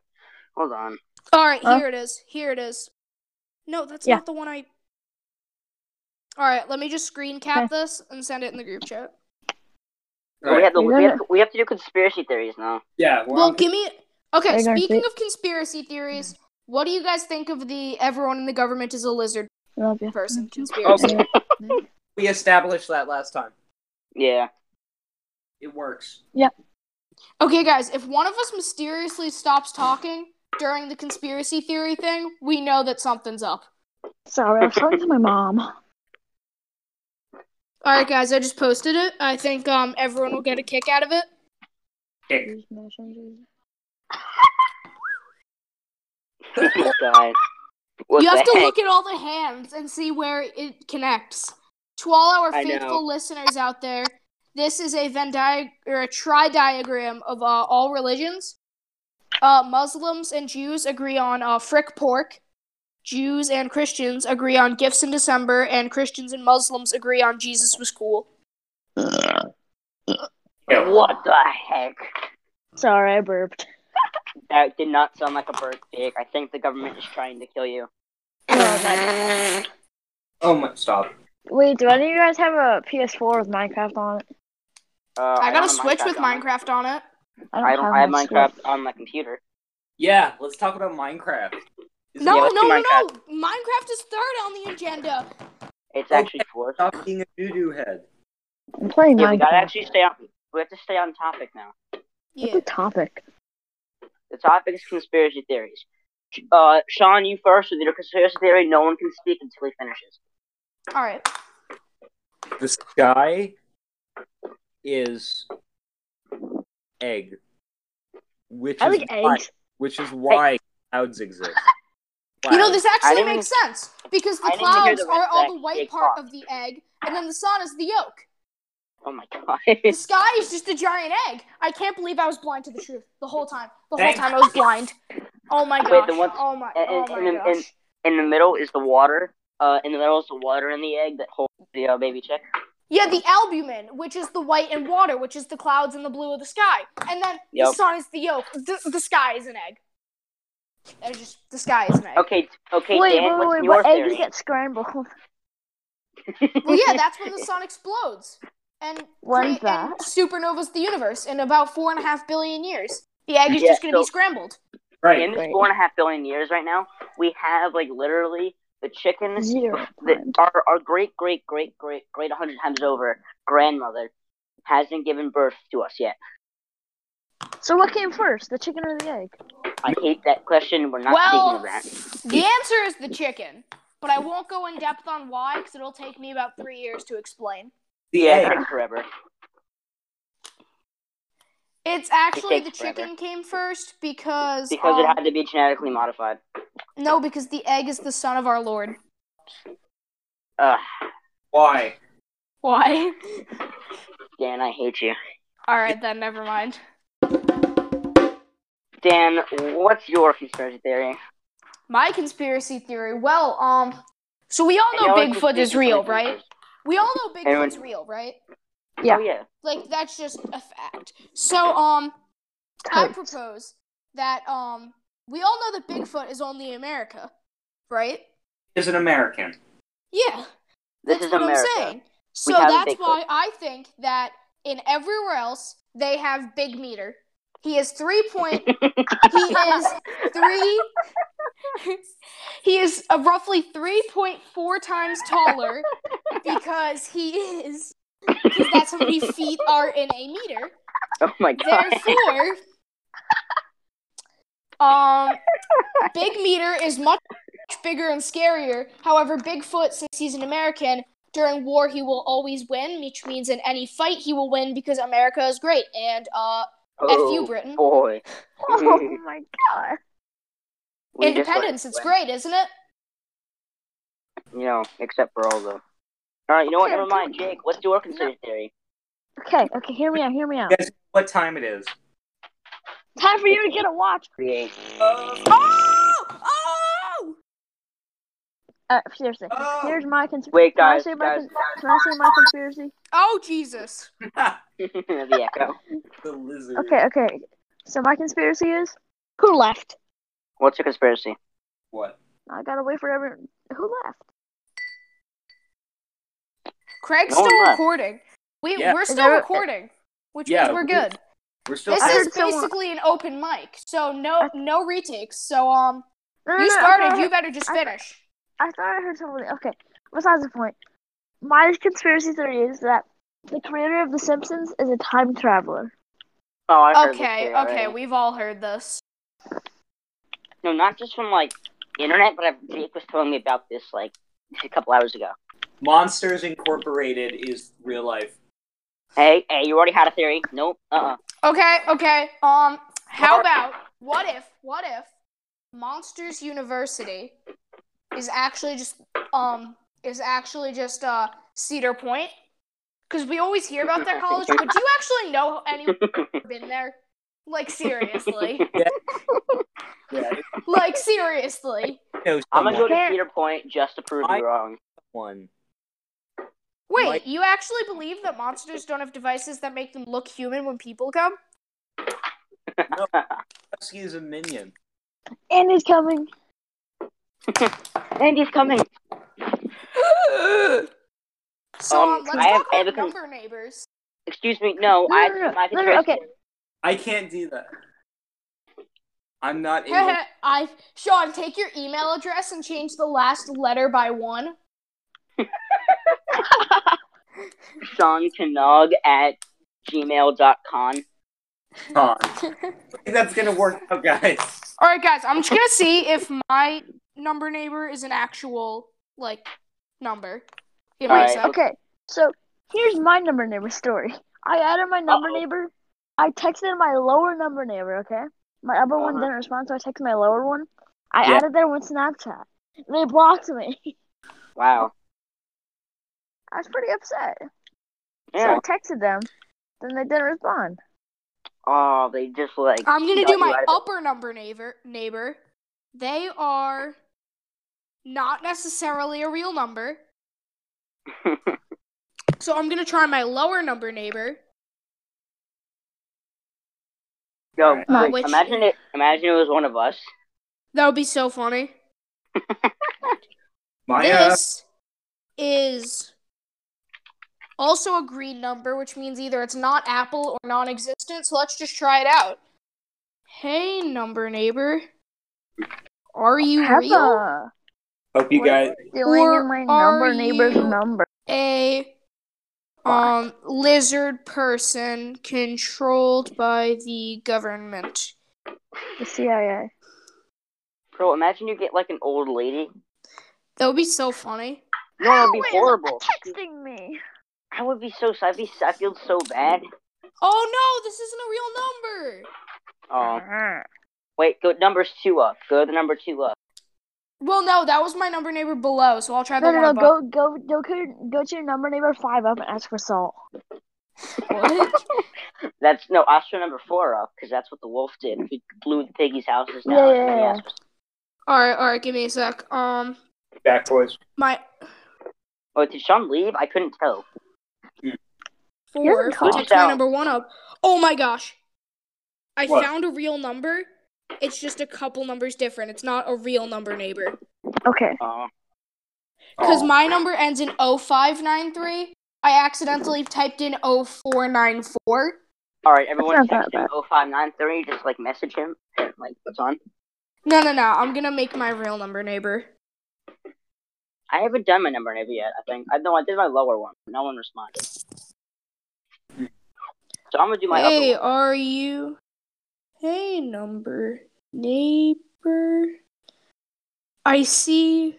S3: hold on.
S1: All right,
S4: Huh?
S1: here it is. Here it is. No, that's
S4: Yeah.
S1: not the one I. All right, let me just screen cap this and send it in the group chat.
S3: We, have to,
S4: You're
S3: we, have
S4: gonna-
S3: to, we have to do conspiracy theories now.
S2: Yeah. we're
S1: Well,
S2: on-
S1: give me. Okay,
S4: Are you gonna
S1: speaking
S4: see-
S1: of conspiracy theories, what do you guys think of the everyone in the government is a lizard
S4: Love you.
S1: person conspiracy?
S2: Okay. we established that last time.
S3: Yeah.
S2: It works.
S1: Okay, guys, if one of us mysteriously stops talking during the conspiracy theory thing, we know that something's up.
S4: Sorry, I was talking to my mom.
S1: All right, guys, I just posted it. I think um everyone will get a kick out of it.
S2: Ick.
S3: God. What
S1: you
S3: the
S1: have to
S3: heck?
S1: look at all the hands and see where it connects. To all our
S3: I know.
S1: faithful listeners out there, this is a Venn diag or a tri diagram of uh, all religions. Uh, Muslims and Jews agree on uh, frick pork. Jews and Christians agree on gifts in December, and Christians and Muslims agree on Jesus was cool.
S2: Ew.
S3: What the heck?
S4: Sorry, I burped.
S3: That did not sound like a bird pig. I think the government is trying to kill you. Uh,
S2: Oh my! Stop.
S4: Wait, do any of you guys have a PS4 with Minecraft on it?
S3: Uh,
S1: I got
S3: don't
S1: a
S3: have
S1: Switch with
S3: on my-
S1: Minecraft on it.
S3: I don't. I have
S4: my
S3: Minecraft on my computer.
S2: Yeah, let's talk about Minecraft. Is
S1: No,
S3: let's
S1: no, no,
S3: do
S1: no.
S3: Minecraft.
S1: Minecraft is third on the agenda.
S3: It's
S2: Okay.
S3: actually four.
S2: Stop being a doo doo head.
S4: Switch. I'm playing
S3: Yeah, we gotta
S4: Minecraft.
S3: actually stay on. We have to stay on topic now.
S4: What's
S1: Yeah.
S4: the topic?
S3: The topic is conspiracy theories. Uh, Sean, you first with your conspiracy theory. No one can speak until he finishes.
S1: All right.
S2: The sky is egg, which
S4: I
S2: is
S4: like
S2: why,
S4: eggs.
S2: which is why clouds exist.
S1: You know,
S2: Wow.
S1: this
S3: I
S1: actually
S3: didn't
S1: makes sense because the
S3: I didn't hear
S1: clouds
S3: the
S1: are all
S3: exact
S1: the white
S3: big
S1: part
S3: clock.
S1: of the egg, and then the sun is the yolk.
S3: Oh my god.
S1: The sky is just a giant egg. I can't believe I was blind to the truth the whole time. The whole
S2: Thank-
S1: time I was blind. Oh my gosh.
S3: Wait, the one-
S1: oh my,
S3: and-
S1: oh
S3: and-
S1: my
S3: and-
S1: gosh.
S3: and- in the middle is the water. Uh, in the middle is the water in the egg that holds the uh, baby chick.
S1: yeah, the albumin, which is the white and water, which is the clouds and the blue of the sky. And then the
S3: Yep.
S1: sun is the yolk. The, the sky is an egg. It's just, the sky is an egg.
S3: Okay. t- Okay.
S4: wait,
S3: Dan,
S4: wait,
S3: what's
S4: wait,
S3: your
S4: what eggs
S3: theory?
S4: get scrambled?
S1: Well, yeah, that's when the sun explodes. And,
S4: When's
S1: crea- and
S4: that?
S1: supernovas the universe in about four and a half billion years. The egg is
S3: Yeah,
S1: just going to be
S3: so-
S1: scrambled.
S2: Right.
S3: in this
S4: Right.
S3: four and a half billion years right now, we have like literally the chickens
S4: Zero.
S3: that
S4: times.
S3: our our great great great great great a hundred times over grandmother hasn't given birth to us yet.
S4: So what came first, the chicken or the egg?
S3: I hate that question. We're not
S1: Well-
S3: speaking of
S1: The answer is the chicken, but I won't go in depth on why because it'll take me about three years to explain.
S2: The
S3: that.
S2: egg.
S3: Yeah, it takes forever.
S1: It's actually the
S3: takes forever.
S1: chicken came first because,
S3: Because it
S1: um,
S3: had to be genetically modified.
S1: no, because the egg is the son of our Lord.
S3: Ugh,
S2: Why?
S1: Why?
S3: Dan, I hate you.
S1: All right, then never mind.
S3: Dan, what's your conspiracy theory?
S1: My conspiracy theory. Well, um, so we all
S3: And
S1: know
S3: your
S1: Bigfoot is
S3: conspiracy
S1: real,
S3: theory
S1: right?
S3: is-
S1: We all know
S3: Anyone-
S1: Bigfoot's real, right?
S4: Yeah.
S3: Oh yeah.
S1: Like that's just a fact. So um I
S4: Toads.
S1: propose that um we all know that Bigfoot is only America, right?
S2: Is an American.
S1: Yeah.
S3: This
S1: that's
S3: is
S1: what
S3: America.
S1: I'm saying. So
S3: We have
S1: that's
S3: Bigfoot.
S1: why I think that in everywhere else they have Big Meter. He is three point he is three he is uh, roughly 3.4 times taller because he is because that's how many feet are in a meter
S3: Oh my god.
S1: Therefore, um, Big Meter is much bigger and scarier. However, Bigfoot, since he's an American, during war he will always win, which means in any fight he will win because America is great. And uh,
S3: oh,
S1: F you, Britain.
S3: boy.
S4: Oh my god.
S3: We just let
S1: independence,
S3: it
S1: it's
S3: win.
S1: great, isn't it?
S3: You know, except for all the. All right, you know what?
S4: Okay,
S3: Never mind, Jake. What's your conspiracy theory?
S4: Okay, okay, hear me out, hear me out.
S2: Guess what time it is?
S4: Time for you to get a watch.
S3: Create.
S1: Oh! Oh!
S4: Uh, seriously,
S2: Oh.
S4: here's my conspiracy.
S3: Wait,
S4: Can I
S3: guys,
S4: say my
S3: guys,
S4: cons- Can I say my conspiracy?
S1: Oh Jesus!
S3: the echo.
S2: the lizard.
S4: Okay, okay. So my conspiracy is who left?
S3: What's your conspiracy?
S2: What?
S4: I gotta wait for everyone. Who left?
S1: Craig's
S3: No one
S1: still
S3: left.
S1: recording. We
S2: Yeah.
S1: we're
S4: Is
S1: still
S4: there-
S1: recording, which
S2: Yeah,
S1: means we're
S2: we-
S1: good.
S2: We're still.
S1: This
S4: I
S1: is
S4: heard someone-
S1: basically an open mic, so no no retakes. So um,
S4: No, no,
S1: you
S4: no,
S1: started.
S4: okay,
S1: You better just
S4: I-
S1: finish.
S4: I thought I heard something. Okay, besides the point, my conspiracy theory is that the creator of The Simpsons is a time traveler.
S3: Oh, I heard this
S1: Okay,
S3: theory
S1: okay,
S3: already.
S1: we've all heard this.
S3: No, not just from like the internet, but i Jake was telling me about this like a couple hours ago.
S2: Monsters Incorporated is real life.
S3: Hey, hey, you already had a theory? Nope. Uh. uh
S1: Okay, okay. Um, how about what if what if Monsters University is actually just um is actually just uh Cedar Point? Because we always hear about that college, but do you actually know anyone who's been there? Like seriously,
S2: Yeah,
S1: like seriously.
S2: no,
S3: I'm gonna go
S2: someone.
S3: to
S4: Can't-
S3: Peter Point just to prove
S2: I-
S3: you wrong.
S2: One.
S1: Wait,
S2: Like-
S1: you actually believe that monsters don't have devices that make them look human when people come?
S2: Husky is a minion.
S4: And he's coming.
S3: Andy's coming.
S1: so
S3: Um,
S1: um, let's
S3: I have-
S1: talk
S3: I
S1: about
S3: have a con-
S1: number neighbors.
S3: Excuse me. No,
S4: No,
S3: I.
S4: no, no,
S3: my
S4: no, no,
S3: conspiracy-
S4: okay.
S2: I can't do that. I'm not able.
S1: I Sean, take your email address and change the last letter by one.
S3: Sean Canog at gmail.com.
S2: Con. That's gonna work out, guys.
S1: All right, guys, I'm just gonna see if my number neighbor is an actual like number. Give me
S3: All
S1: a
S3: right,
S1: sec.
S4: Okay, so here's my number neighbor story. I added my number
S3: Uh-oh.
S4: neighbor. I texted my lower number neighbor, okay? My upper one
S3: Uh-huh.
S4: didn't respond, so I texted my lower one. I
S2: Yeah.
S4: added their one Snapchat. They blocked me.
S3: Wow.
S4: I was pretty upset.
S3: Yeah.
S4: So I texted them. Then they didn't respond.
S3: Oh, they just like.
S1: I'm gonna
S3: got
S1: do
S3: you
S1: my
S3: out of it.
S1: upper number neighbor. Neighbor, they are not necessarily a real number. So I'm gonna try my lower number neighbor.
S3: Yo,
S4: No,
S3: wait,
S1: which-
S3: imagine it. Imagine it was one of us.
S1: That would be so funny.
S2: Maya.
S1: This is also a green number, which means either it's not Apple or non existent. So let's just try it out. Hey, number neighbor. Are you real?
S4: Peppa,
S2: Hope you
S4: what are
S2: guys.
S4: you doing
S1: Or
S4: in my
S1: are
S4: number neighbor's
S1: you-
S4: number?
S1: A um, lizard person controlled by the government.
S4: The CIA.
S3: Bro, imagine you get like an old lady.
S1: That would be so funny.
S3: No, that'd be
S4: Wait,
S3: horrible.
S4: Texting me.
S3: I would be so. I'd be. I feel so bad.
S1: Oh no, this isn't a real number.
S3: Oh,
S4: Uh-huh.
S1: Uh-huh.
S3: wait. Go numbers two up. Go the number two up.
S1: Well, no, that was my number neighbor below, so I'll try the
S4: No, no,
S1: one
S4: no.
S1: above.
S4: Go, go, go, to- go to your number neighbor five up and ask for salt.
S1: What?
S3: That's no. Astro number four up because that's what the wolf did. He blew the piggy's houses down.
S4: Yeah, yeah,
S3: and then he
S4: yeah.
S3: asked for-
S1: all right, all right, give me a sec. Um,
S2: Back boys.
S1: my
S3: Oh, did Sean leave? I couldn't tell.
S4: He
S1: four.
S4: doesn't
S1: If we
S3: talk.
S1: take my number one up. Oh my gosh. I
S2: What?
S1: found a real number. It's just a couple numbers different. It's not a real number, neighbor.
S4: Okay.
S3: Oh,
S1: Because
S2: Aw.
S1: my number ends in 0593. I accidentally typed in 0494.
S3: all right. Everyone,
S4: That's not
S3: text
S4: that
S3: him 0593. Just like message him. Like what's on?
S1: No, no, no. I'm going to make my real number, neighbor.
S3: I haven't done my number neighbor yet. I think I know I did my lower one. No one responded. So I'm gonna do my
S1: hey,
S3: upper
S1: are you? Hey, number neighbor. I see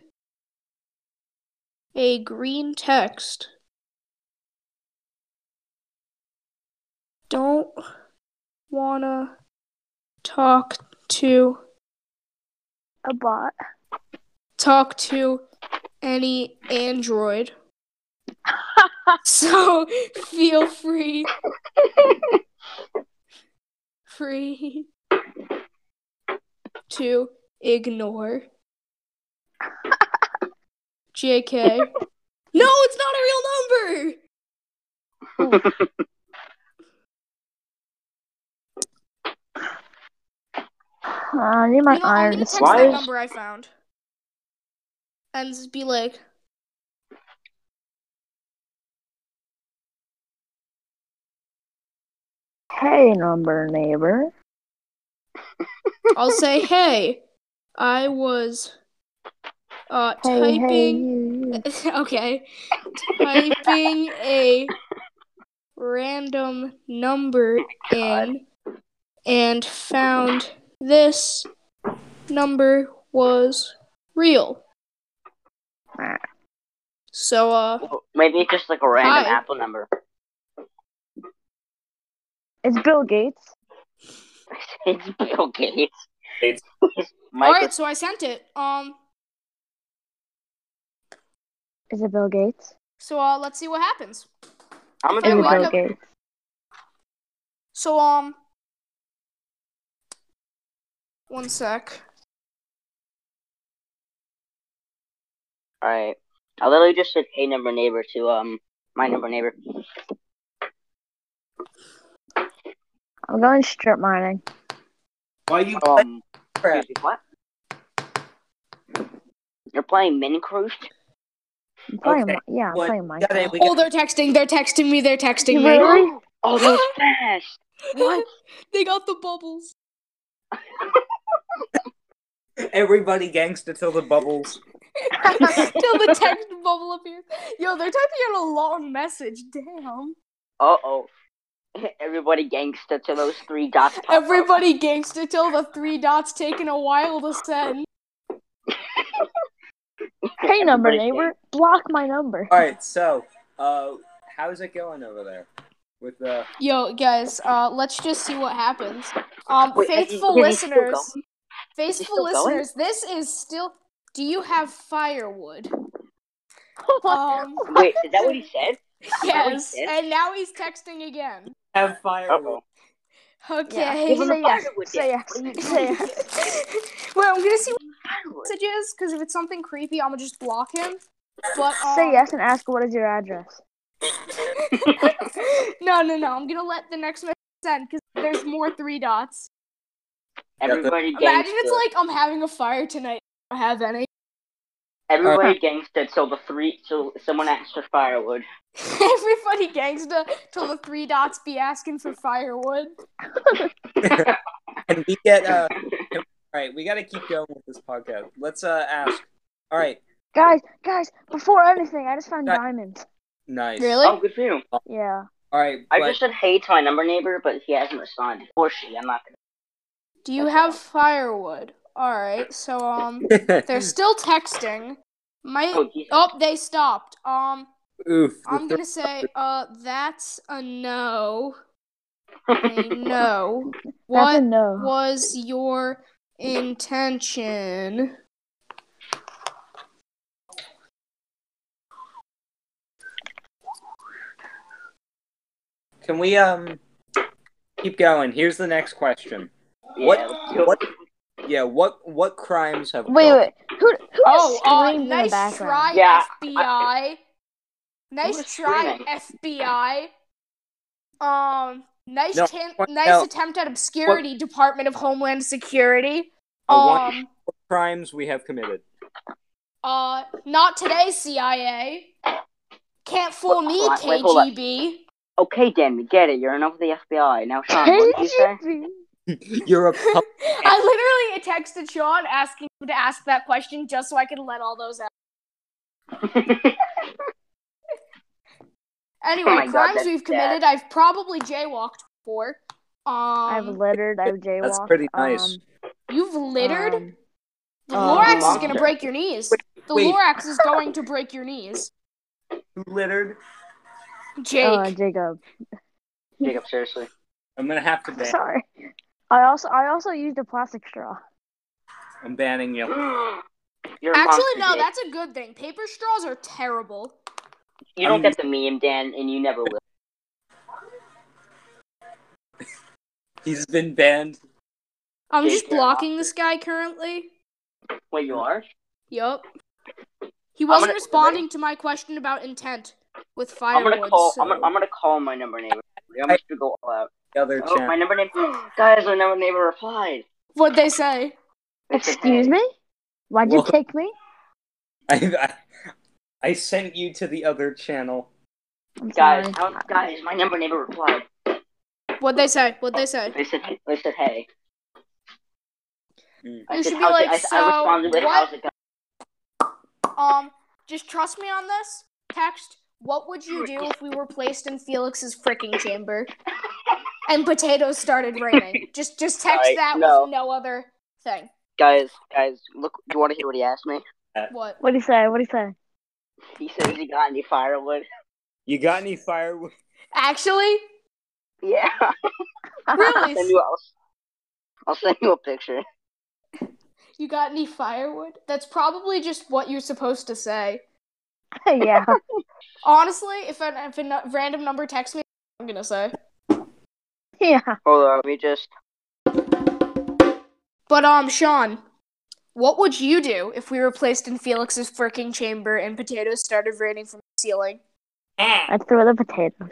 S1: a green text. Don't wanna talk to
S4: A bot.
S1: talk to any android. so feel free free to ignore JK. no, it's not a real number.
S4: Uh, I need my
S1: You know, I'm
S4: iron.
S1: gonna text
S3: Why
S1: that
S3: is-
S1: number I found. And just be like,
S4: Hey, number neighbor.
S1: I'll say, hey, I was uh,
S4: Hey, hey,
S1: typing.
S4: you, you.
S1: okay. Typing a random number in and found this number was real. So, uh,
S3: Oh, Maybe it's just like a random
S1: Hi.
S3: Apple number.
S4: It's Bill Gates.
S3: it's Bill Gates.
S2: It's-
S3: Microsoft.
S1: alright, so I sent it. Um,
S4: Is it Bill Gates?
S1: so, uh, let's see what happens.
S3: I'm
S1: Hey,
S4: Is it
S3: gonna do
S1: wake
S3: like
S4: Bill
S1: up.
S4: Gates?
S1: So, um, one sec.
S3: Alright. I literally just said hey number neighbor to um my number neighbor.
S4: I'm going strip mining.
S2: Why you
S3: Um
S2: crap?
S3: excuse me, what? You're playing Minecraft?
S4: I'm playing
S2: Okay,
S4: Mi- yeah, I'm
S2: what-
S4: playing
S2: Yeah, they-
S4: Minecraft.
S2: we
S1: Oh, they're
S2: got-
S1: texting. They're texting me. They're texting me.
S4: Really?
S3: Oh that was fast. What?
S1: they got the bubbles.
S2: Everybody gangster till the bubbles.
S1: Till the text bubble appears. Yo, they're typing out a long message. Damn.
S3: Uh oh. Everybody gangsta to those three dots. pop up.
S1: Everybody gangsta till the three dots taking a while to send.
S4: Hey, number
S3: Everybody
S4: neighbor. Block my number.
S2: All right, so uh, how's it going over there with uh, the?
S1: Yo, guys, uh, let's just see what happens. Um,
S3: Wait, is-
S1: faithful
S3: is he still
S1: listeners,
S3: going?
S1: faithful
S3: still going?
S1: listeners, this is still. Do you have firewood? Um,
S3: Wait, is that what he said?
S1: yes.
S3: did?
S1: And now he's texting again.
S2: Have firewood.
S3: Uh-oh.
S1: Okay.
S4: Give him a
S3: Say
S4: yes.
S3: firewood,
S4: Say
S3: yes.
S4: yes. Say yes.
S1: Well, I'm gonna see what messages because if it's something creepy, I'm gonna just block him. But um,
S4: Say yes and ask what is your address.
S1: no, no, no. I'm gonna let the next message send because there's more three dots.
S3: Everybody
S1: Imagine
S3: gangsta.
S1: it's like I'm having a fire tonight. I don't have any.
S3: Everybody gangsta till the three till someone asks for firewood.
S1: Everybody gangsta till the three dots be asking for firewood.
S2: And we get uh. All right, we got to keep going with this podcast. Let's uh ask. All right,
S4: Guys, guys, before anything, I just found
S2: Guy-
S4: diamonds.
S2: nice.
S1: Really?
S3: Oh, good for you.
S4: Yeah.
S2: All right,
S3: I
S2: but
S3: just said hey to my number neighbor, but he hasn't responded. Or she, I'm not gonna.
S1: Do you have firewood? All right. So um, they're
S2: Mm.
S1: still texting. Might
S3: Oh, Jesus.
S1: oh they stopped. Um,
S2: oof. the
S1: I'm
S2: thir-
S1: gonna say uh, that's a no. A no.
S4: That's a
S1: What
S4: no.
S1: was your intention?
S2: Can we um keep going? Here's the next question. What?
S3: Yeah, let's do it.
S2: What? Yeah. What? What crimes have?
S4: Wait, wait. Who, who
S1: Oh,
S4: oh,
S1: uh,
S4: in the
S1: nice try,
S4: background?
S3: Yeah,
S1: FBI.
S3: Who was
S1: nice try, FBI. Um, nice,
S2: No,
S1: tan-
S2: what-
S1: nice
S2: no.
S1: attempt at obscurity, Department of Homeland Security.
S2: I want-
S1: Um,
S2: crimes we have committed?
S1: uh, not today, CIA. Can't fool me,
S3: Hold on, wait, hold on.
S1: KGB.
S3: Okay, Dan, we get it. You're enough of the FBI. Now, Sean, what did you say?
S4: KGB.
S2: You're a pub-
S1: I literally texted Sean asking him to ask that question just so I could let all those out. Anyway,
S3: Oh my God,
S1: crimes
S3: that's
S1: we've committed, I've probably jaywalked before. Um,
S4: I've littered. I've jaywalked.
S2: That's pretty nice.
S4: um,
S1: you've littered.
S4: um,
S1: the
S4: um,
S1: Lorax is
S3: monster.
S1: gonna break your knees. The
S2: wait.
S1: Lorax is going to break your knees.
S2: littered.
S3: Oh,
S4: uh,
S1: Jake,
S4: Jacob.
S3: Jacob, seriously.
S2: I'm gonna have to ban.
S4: Sorry. I also I also used a plastic straw.
S2: I'm banning you.
S3: You're a monster,
S1: actually, no,
S3: Jake.
S1: that's a good thing. Paper straws are terrible.
S3: You
S2: I'm-
S3: don't get the meme, Dan, and you never will.
S2: He's been banned.
S1: I'm
S3: Jake,
S1: just
S3: you're a
S1: blocking this guy currently.
S3: Wait, you are?
S1: Yup. He wasn't
S3: gonna-
S1: responding to my question about intent with
S3: I'm
S1: firewood.
S3: gonna call. I'm,
S1: so-
S3: gonna, I'm gonna call my number neighbor. I'm just gonna go all out.
S2: The other
S3: Oh,
S2: channel.
S3: my number neighbor, guys. My number neighbor replied.
S1: What'd they say?
S3: They said,
S4: Excuse
S3: "Hey."
S4: me? Why'd you
S2: Well-
S4: kick me?
S2: I, I I sent you to the other channel.
S4: I'm
S3: Guys,
S4: sorry.
S3: how- guys, my number neighbor replied.
S1: What'd they say? What'd they say?
S3: They said, they said, hey.
S2: Mm.
S3: I
S1: You
S3: said,
S1: should be
S3: "How's it-
S1: like,
S3: I, I
S1: so
S3: responded with,
S1: what?
S3: how's it going?
S1: Um, just trust me on this. Text. What would you do if we were placed in Felix's freaking chamber? And potatoes started raining. Just, just text
S3: Alright,
S1: that
S3: no.
S1: with no other thing.
S3: Guys, guys, look, do you want to hear what he asked me?
S1: What?
S4: What'd he say? What'd he say?
S3: He says he got any firewood.
S2: You got any firewood?
S1: Actually,
S3: Yeah. I'll send
S1: really?
S3: you, I'll, I'll send you a picture.
S1: you got any firewood? That's probably just what you're supposed to say.
S4: yeah.
S1: Honestly, if an if a nu- random number texts me, I'm gonna say.
S4: Yeah.
S3: Hold on, let me just.
S1: But um, Sean, what would you do if we were placed in Felix's freaking chamber and potatoes started raining from the ceiling?
S4: I throw the potatoes.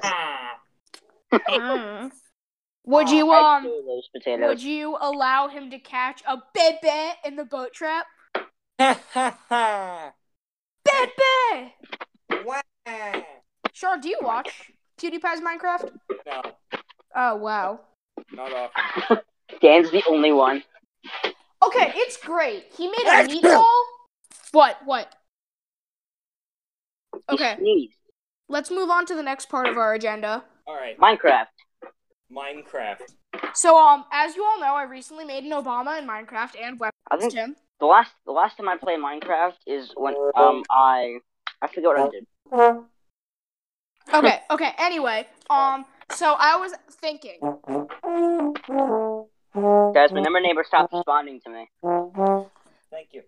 S1: Would you
S3: Mm. Oh, I
S1: um?
S3: threw those potatoes.
S1: Would you allow him to catch a bebe in the boat trap? Bebe.
S2: wow.
S1: Sean, do you
S3: Oh
S1: watch PewDiePie's Minecraft?
S2: No,
S1: Oh wow.
S2: not often.
S3: Dan's the only one.
S1: Okay, it's great. He made a meatball. What? What?
S3: He
S1: Okay,
S3: sneezed.
S1: let's move on to the next part of our agenda.
S2: All right,
S3: Minecraft.
S2: Minecraft.
S1: So, um, as you all know, I recently made an Obama in Minecraft and
S3: I
S1: weapons,
S3: think
S1: Tim.
S3: the last the last time I played Minecraft is when um I I forget what I did.
S1: Okay, okay. Anyway, um, so I was thinking.
S3: Guys, my number neighbor stopped responding to me.
S2: Thank you.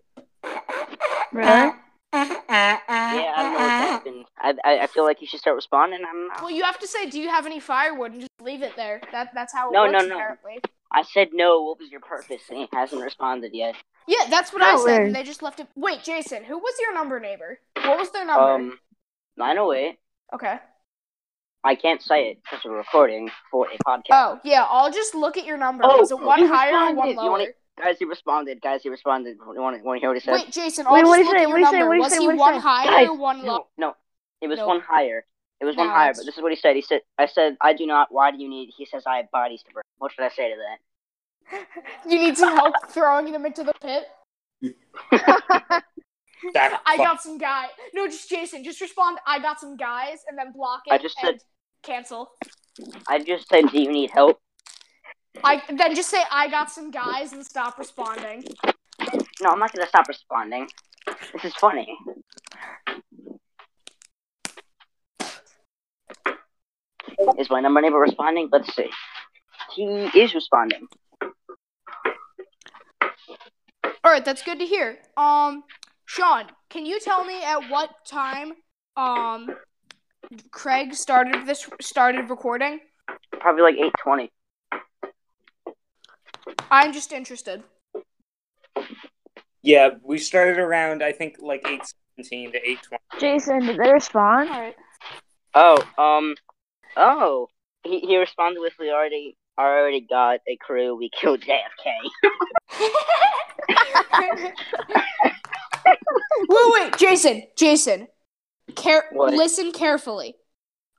S4: Really?
S3: Yeah, I don't know what's happened. I, I I feel like you should start responding. I'm
S1: Well, you have to say, "Do you have any firewood?" and just leave it there. That that's how it
S3: No,
S1: works
S3: no, no.
S1: apparently.
S3: I said no. What was your purpose? And he hasn't responded yet.
S1: Yeah, that's what I
S4: How
S1: said,
S4: weird.
S1: and they just left it. Wait, Jason, who was your number neighbor? What was their number?
S3: Um, 908.
S1: okay.
S3: I can't say it because we're recording for a podcast.
S1: Oh yeah, I'll just look at your number.
S3: Oh,
S1: was it one
S3: you
S1: higher or
S3: responded.
S1: one
S3: You
S1: lower?
S3: wanna- Guys, he responded. Guys, he responded. You want to want to hear what he said?
S1: Wait, Jason,
S4: Wait,
S1: I'll
S4: what do
S1: just
S4: you
S1: look
S4: say?
S1: at
S4: What
S1: your
S4: do you say?
S1: number.
S4: What do you
S1: Was
S4: say?
S1: he
S4: What do you
S1: one
S4: say?
S1: higher or
S3: Guys,
S1: one lower?
S3: No, no, it was
S1: No.
S3: one higher. It was one
S1: No,
S3: higher.
S1: it's-
S3: But this is what he said. He said, "I said I do not. Why do you need?" He says, "I have bodies to burn." What should I say to that?
S1: You need some help throwing them into the pit. I got some guy. No, just Jason. Just respond. I got some guys, and then block it.
S3: I just said-
S1: and cancel.
S3: I just said, "Do you need help?"
S1: I then just say I got some guys and stop responding.
S3: No, I'm not gonna stop responding. This is funny. Is my number neighbor responding? Let's see. He is responding.
S1: All right, that's good to hear. Um, Sean, can you tell me at what time um Craig started this started recording?
S3: Probably like eight twenty.
S1: I'm just interested.
S2: Yeah, we started around I think like eight seventeen to eight twenty.
S4: Jason, did they respond?
S1: All right.
S3: Oh, um, oh, he, he responded with, "We already, I already got a crew. We killed JFK."
S1: wait, wait, Jason, Jason, care.
S3: What?
S1: Listen carefully.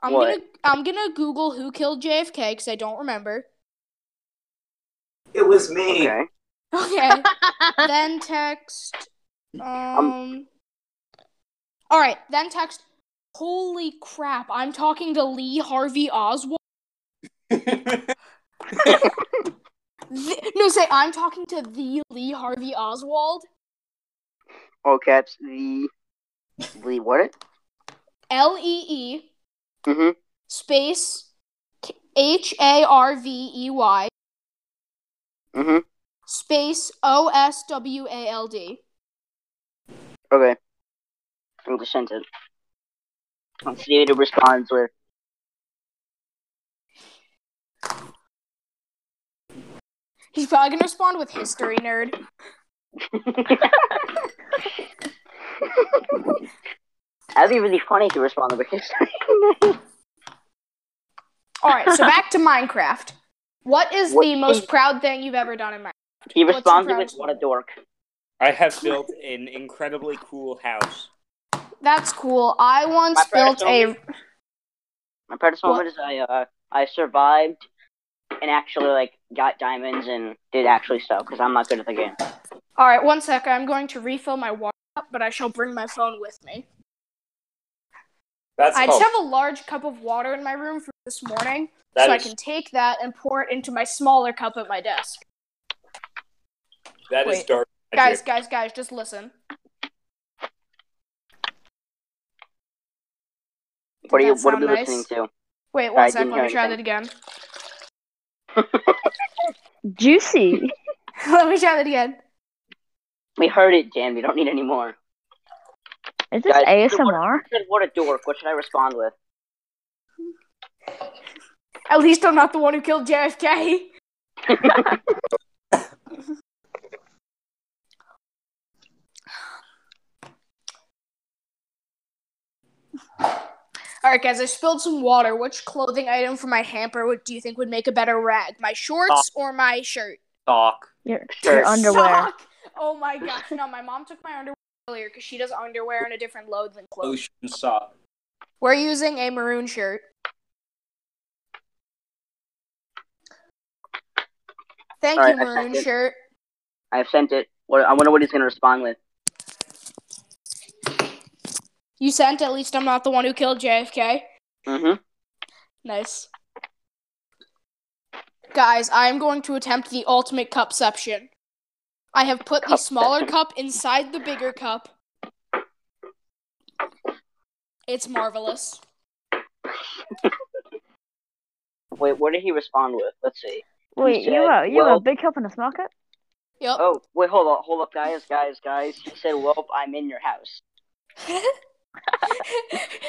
S1: I'm
S3: What?
S1: gonna I'm gonna Google who killed JFK because I don't remember.
S2: It was me.
S3: Okay.
S1: Okay. then text. Um. All right. Then text. Holy crap! I'm talking to Lee Harvey Oswald. Th- no, say I'm talking to the Lee Harvey Oswald.
S3: All caps. The, the what?
S1: L E E
S3: Mm-hmm.
S1: space H A R V E Y
S3: Mm-hmm.
S1: space O S W A L D.
S3: Okay. I'm just sent it. Let's see what he responds with.
S1: He's probably gonna respond with history nerd.
S3: That'd be really funny to respond to a history.
S1: All right, so back to Minecraft. What is
S3: What
S1: the
S3: is-
S1: most proud thing you've ever done in Minecraft?
S3: he
S1: What's
S3: responded with
S1: surprising?
S3: "What a dork."
S2: I have built an incredibly cool house.
S1: That's cool. I once
S3: My
S1: built a.
S3: parents My proudest
S1: What?
S3: moment is I uh, I survived and actually like got diamonds and did actually stuff because I'm not good at the game.
S1: All right, one sec. I'm going to refill my water cup, but I shall bring my phone with me.
S2: That's
S1: I
S2: called,
S1: just have a large cup of water in my room for this morning,
S2: that
S1: so I
S2: is-
S1: can take that and pour it into my smaller cup at my desk.
S2: that is
S1: wait.
S2: dark.
S1: guys,
S2: magic.
S1: guys, guys, just listen.
S3: What are you
S1: that
S3: What are we
S1: sound nice?
S3: listening to?
S1: Wait, one
S3: I
S1: sec.
S3: didn't
S1: Let me
S3: hear
S1: try that
S3: anything.
S1: again.
S4: Juicy.
S1: let me try that again.
S3: We heard it, Dan. We don't need any more.
S4: Is this
S3: Guys,
S4: ASMR?
S3: He said, "What a dork." What should I respond with?
S1: At least I'm not the one who killed JFK. All right, guys, I spilled some water. Which clothing item from my hamper would, do you think would make a better rag? My shorts or my shirt?
S2: Talk.
S4: Your,
S3: Sure.
S4: your underwear.
S1: Sock! Oh my gosh, no, my mom took my underwear earlier because she does underwear in a different load than clothes.
S2: Ocean sock.
S1: We're using a maroon shirt. Thank
S3: All
S1: you,
S3: right, I
S1: maroon
S3: second.
S1: shirt.
S3: I've sent it. What I wonder what he's gonna respond with.
S1: You sent at least I'm not the one who killed JFK.
S3: hmm
S1: Nice. Guys, I am going to attempt the ultimate cupception. I have put the smaller
S3: Cupception.
S1: cup inside the bigger cup. It's marvelous.
S3: Wait, what did he respond with? Let's see.
S4: Wait,
S3: said,
S4: you a you
S3: well-
S4: a big cup and a small cup?
S1: Yep.
S3: Oh, wait, hold up, hold up, guys, guys, guys. He said, "Well, I'm in your house."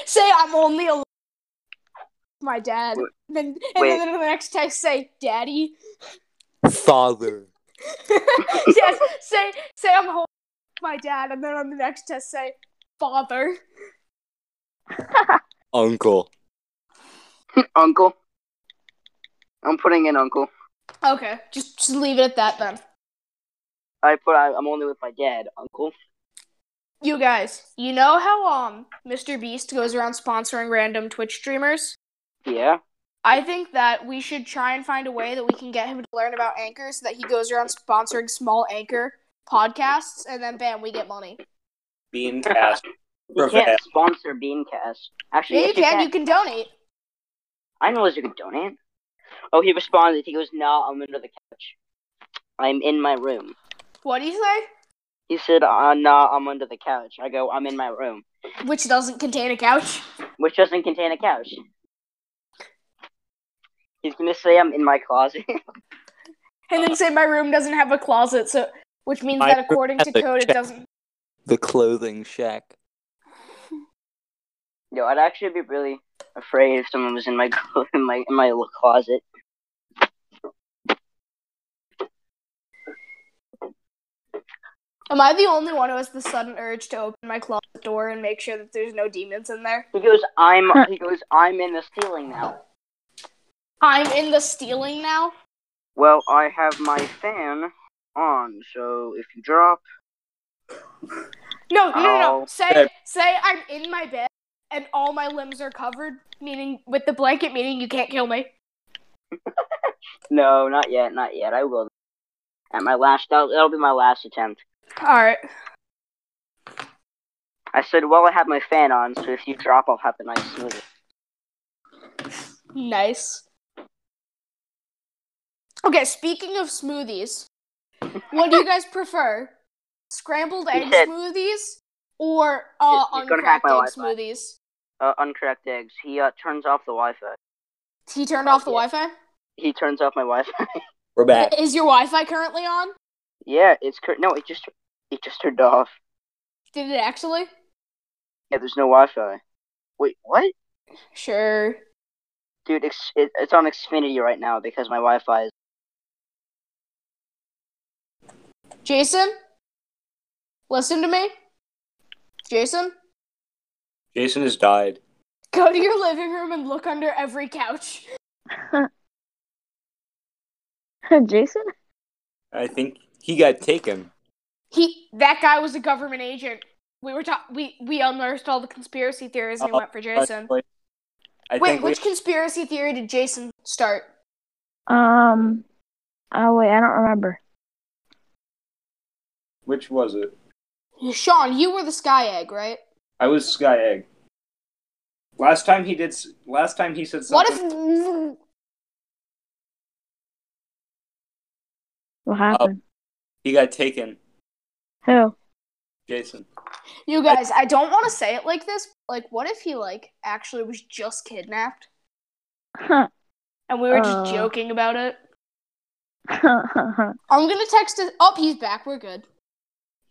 S1: say I'm only a my dad.
S3: Wait.
S1: Then and
S3: Wait.
S1: then in the next text say daddy.
S2: Father.
S1: yes, say say I'm home with my dad and then on the next test say father.
S2: Uncle.
S3: uncle. I'm putting in uncle.
S1: Okay, just just leave it at that then.
S3: I put I, I'm only with my dad, uncle.
S1: You guys, you know how um Mr. Beast goes around sponsoring random Twitch streamers?
S3: Yeah.
S1: I think that we should try and find a way that we can get him to learn about anchor so that he goes around sponsoring small anchor podcasts and then bam, we get money.
S2: Bean cast.
S3: You can't sponsor Beancast. Actually,
S1: Yeah,
S3: yes,
S1: you can. You can donate.
S3: I know you can donate. Oh, he responded. He goes, "Nah, I'm under the couch. I'm in my room."
S1: What do you say?
S3: He said, uh, "Nah, I'm under the couch." I go, "I'm in my room,"
S1: Which doesn't contain a couch.
S3: which doesn't contain a couch. He's gonna say, "I'm in my closet."
S1: And then say my room doesn't have a closet, so which means
S5: My
S1: that
S5: room
S1: according to
S5: has a
S1: code it
S5: check.
S1: doesn't.
S5: The clothing shack.
S3: Yo, I'd actually be really afraid if someone was in my clo- in my in my closet.
S1: Am I the only one who has the sudden urge to open my closet door and make sure that there's no demons in there?
S3: He goes, "I'm." he goes, "I'm in the ceiling now."
S1: I'm in the stealing now.
S3: Well, I have my fan on, so if you drop,
S1: No, no, no, no.
S3: Oh.
S1: Say, say I'm in my bed and all my limbs are covered, meaning with the blanket, meaning you can't kill me.
S3: no, not yet, not yet. I will. At my last, that'll, that'll be my last attempt.
S1: All right.
S3: I said, well, I have my fan on, so if you drop, I'll have a nice smoothie.
S1: Nice. Okay, speaking of smoothies, what do you guys prefer? Scrambled egg
S3: said-
S1: smoothies or uh,
S3: You're gonna hack
S1: uncracked
S3: my
S1: egg
S3: Wi-Fi.
S1: smoothies?
S3: Uh, uncracked eggs. He uh, turns off the Wi-Fi.
S1: He turned off the
S3: Yeah.
S1: Wi-Fi.
S3: He turns off my Wi-Fi.
S2: We're back.
S1: Is your Wi-Fi currently on?
S3: yeah, it's cur- no, it just it just turned off.
S1: Did it actually?
S3: Yeah, there's no Wi-Fi. Wait, what?
S1: Sure.
S3: Dude, it's it, it's on Xfinity right now because my Wi-Fi is.
S1: Jason, listen to me. Jason,
S2: Jason has died.
S1: go to your living room and look under every couch.
S4: Jason?
S2: I think he got taken.
S1: He that guy was a government agent. We were ta- we we unearthed all the conspiracy theories and he
S2: Oh,
S1: went for Jason.
S2: I
S1: Wait,
S2: think we-
S1: which conspiracy theory did Jason start?
S4: Um. Oh wait, I don't remember.
S2: which was it?
S1: Sean, you were the sky egg, right?
S2: I was Sky Egg. Last time he did. s- Last time he said something.
S1: What if
S4: What happened?
S2: he got taken,
S4: Who?
S2: Jason?
S1: you guys? I don't want to say it like this. Like, what if he like actually was just kidnapped and we were just
S4: Uh.
S1: joking about it? I'm gonna text it. Oh, he's back. We're good.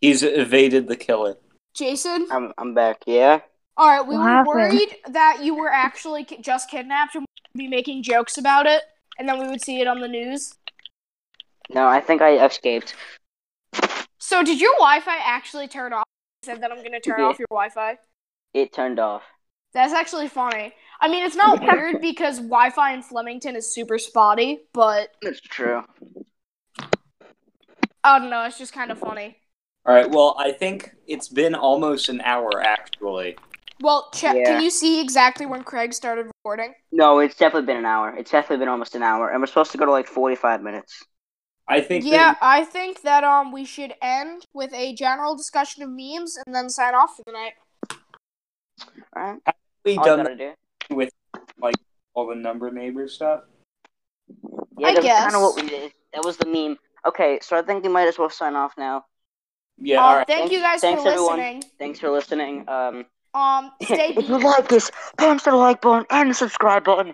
S2: He's evaded the killer.
S1: Jason.
S3: I'm I'm back. Yeah.
S1: All right, we
S4: What
S1: were
S4: happened?
S1: worried that you were actually ki- just kidnapped and we'd be making jokes about it, and then we would see it on the news.
S3: No, I think I escaped.
S1: So, did your Wi-Fi actually turn off? You said that I'm going to turn
S3: Yeah.
S1: off your Wi-Fi.
S3: It turned off.
S1: That's actually funny. I mean, it's not
S4: Yeah.
S1: weird because Wi-Fi in Flemington is super spotty, but
S3: That's true.
S1: I don't know. It's just kind of funny.
S2: All right. Well, I think it's been almost an hour actually.
S1: Well, check.
S3: Yeah.
S1: Can you see exactly when Craig started recording?
S3: No, it's definitely been an hour. It's definitely been almost an hour, and we're supposed to go to like forty-five minutes.
S2: I think.
S1: Yeah,
S2: that-
S1: I think that um we should end with a general discussion of memes and then sign off for the night.
S3: All right.
S2: we
S3: All I
S2: done
S3: gotta do.
S2: all the number neighbor stuff.
S3: Yeah,
S1: I
S3: that's kind
S1: guess.
S3: of what we did. That was the meme. Okay, so I think we might as well sign off now.
S2: Yeah.
S1: Uh,
S2: all right.
S1: Thank
S3: Thanks-
S1: you guys
S3: thanks,
S1: for
S3: everyone.
S1: listening.
S3: Thanks for listening. Um,
S1: Um, stay
S3: if you
S1: beat.
S3: like this, punch the like button and the subscribe button.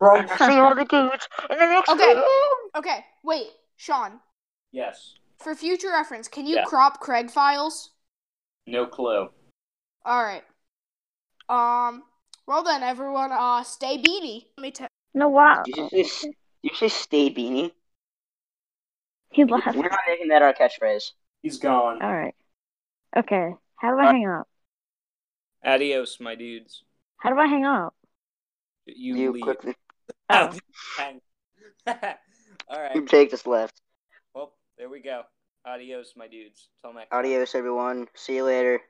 S3: And I'll see all the dudes in the next
S1: Okay.
S3: video.
S1: Okay, wait, Sean.
S2: Yes.
S1: For future reference, can you
S2: Yeah.
S1: crop Craig files?
S2: No clue.
S1: All right. Um. Well then, everyone. Uh, stay beady. Let me tell.
S4: no, wow.
S3: Did you say, did you say stay beanie?
S4: He
S3: We're
S4: left.
S3: not making that our catchphrase.
S2: He's gone.
S4: All right. Okay. How do I
S2: Uh,
S4: hang up?
S2: Adios, my dudes.
S4: How do I hang up?
S2: You,
S3: You
S2: leave.
S3: quickly
S4: Oh.
S2: Hang. all right.
S3: Jake just left.
S2: Well, there we go. Adios, my dudes. Till next. time.
S3: Adios, everyone. See you later.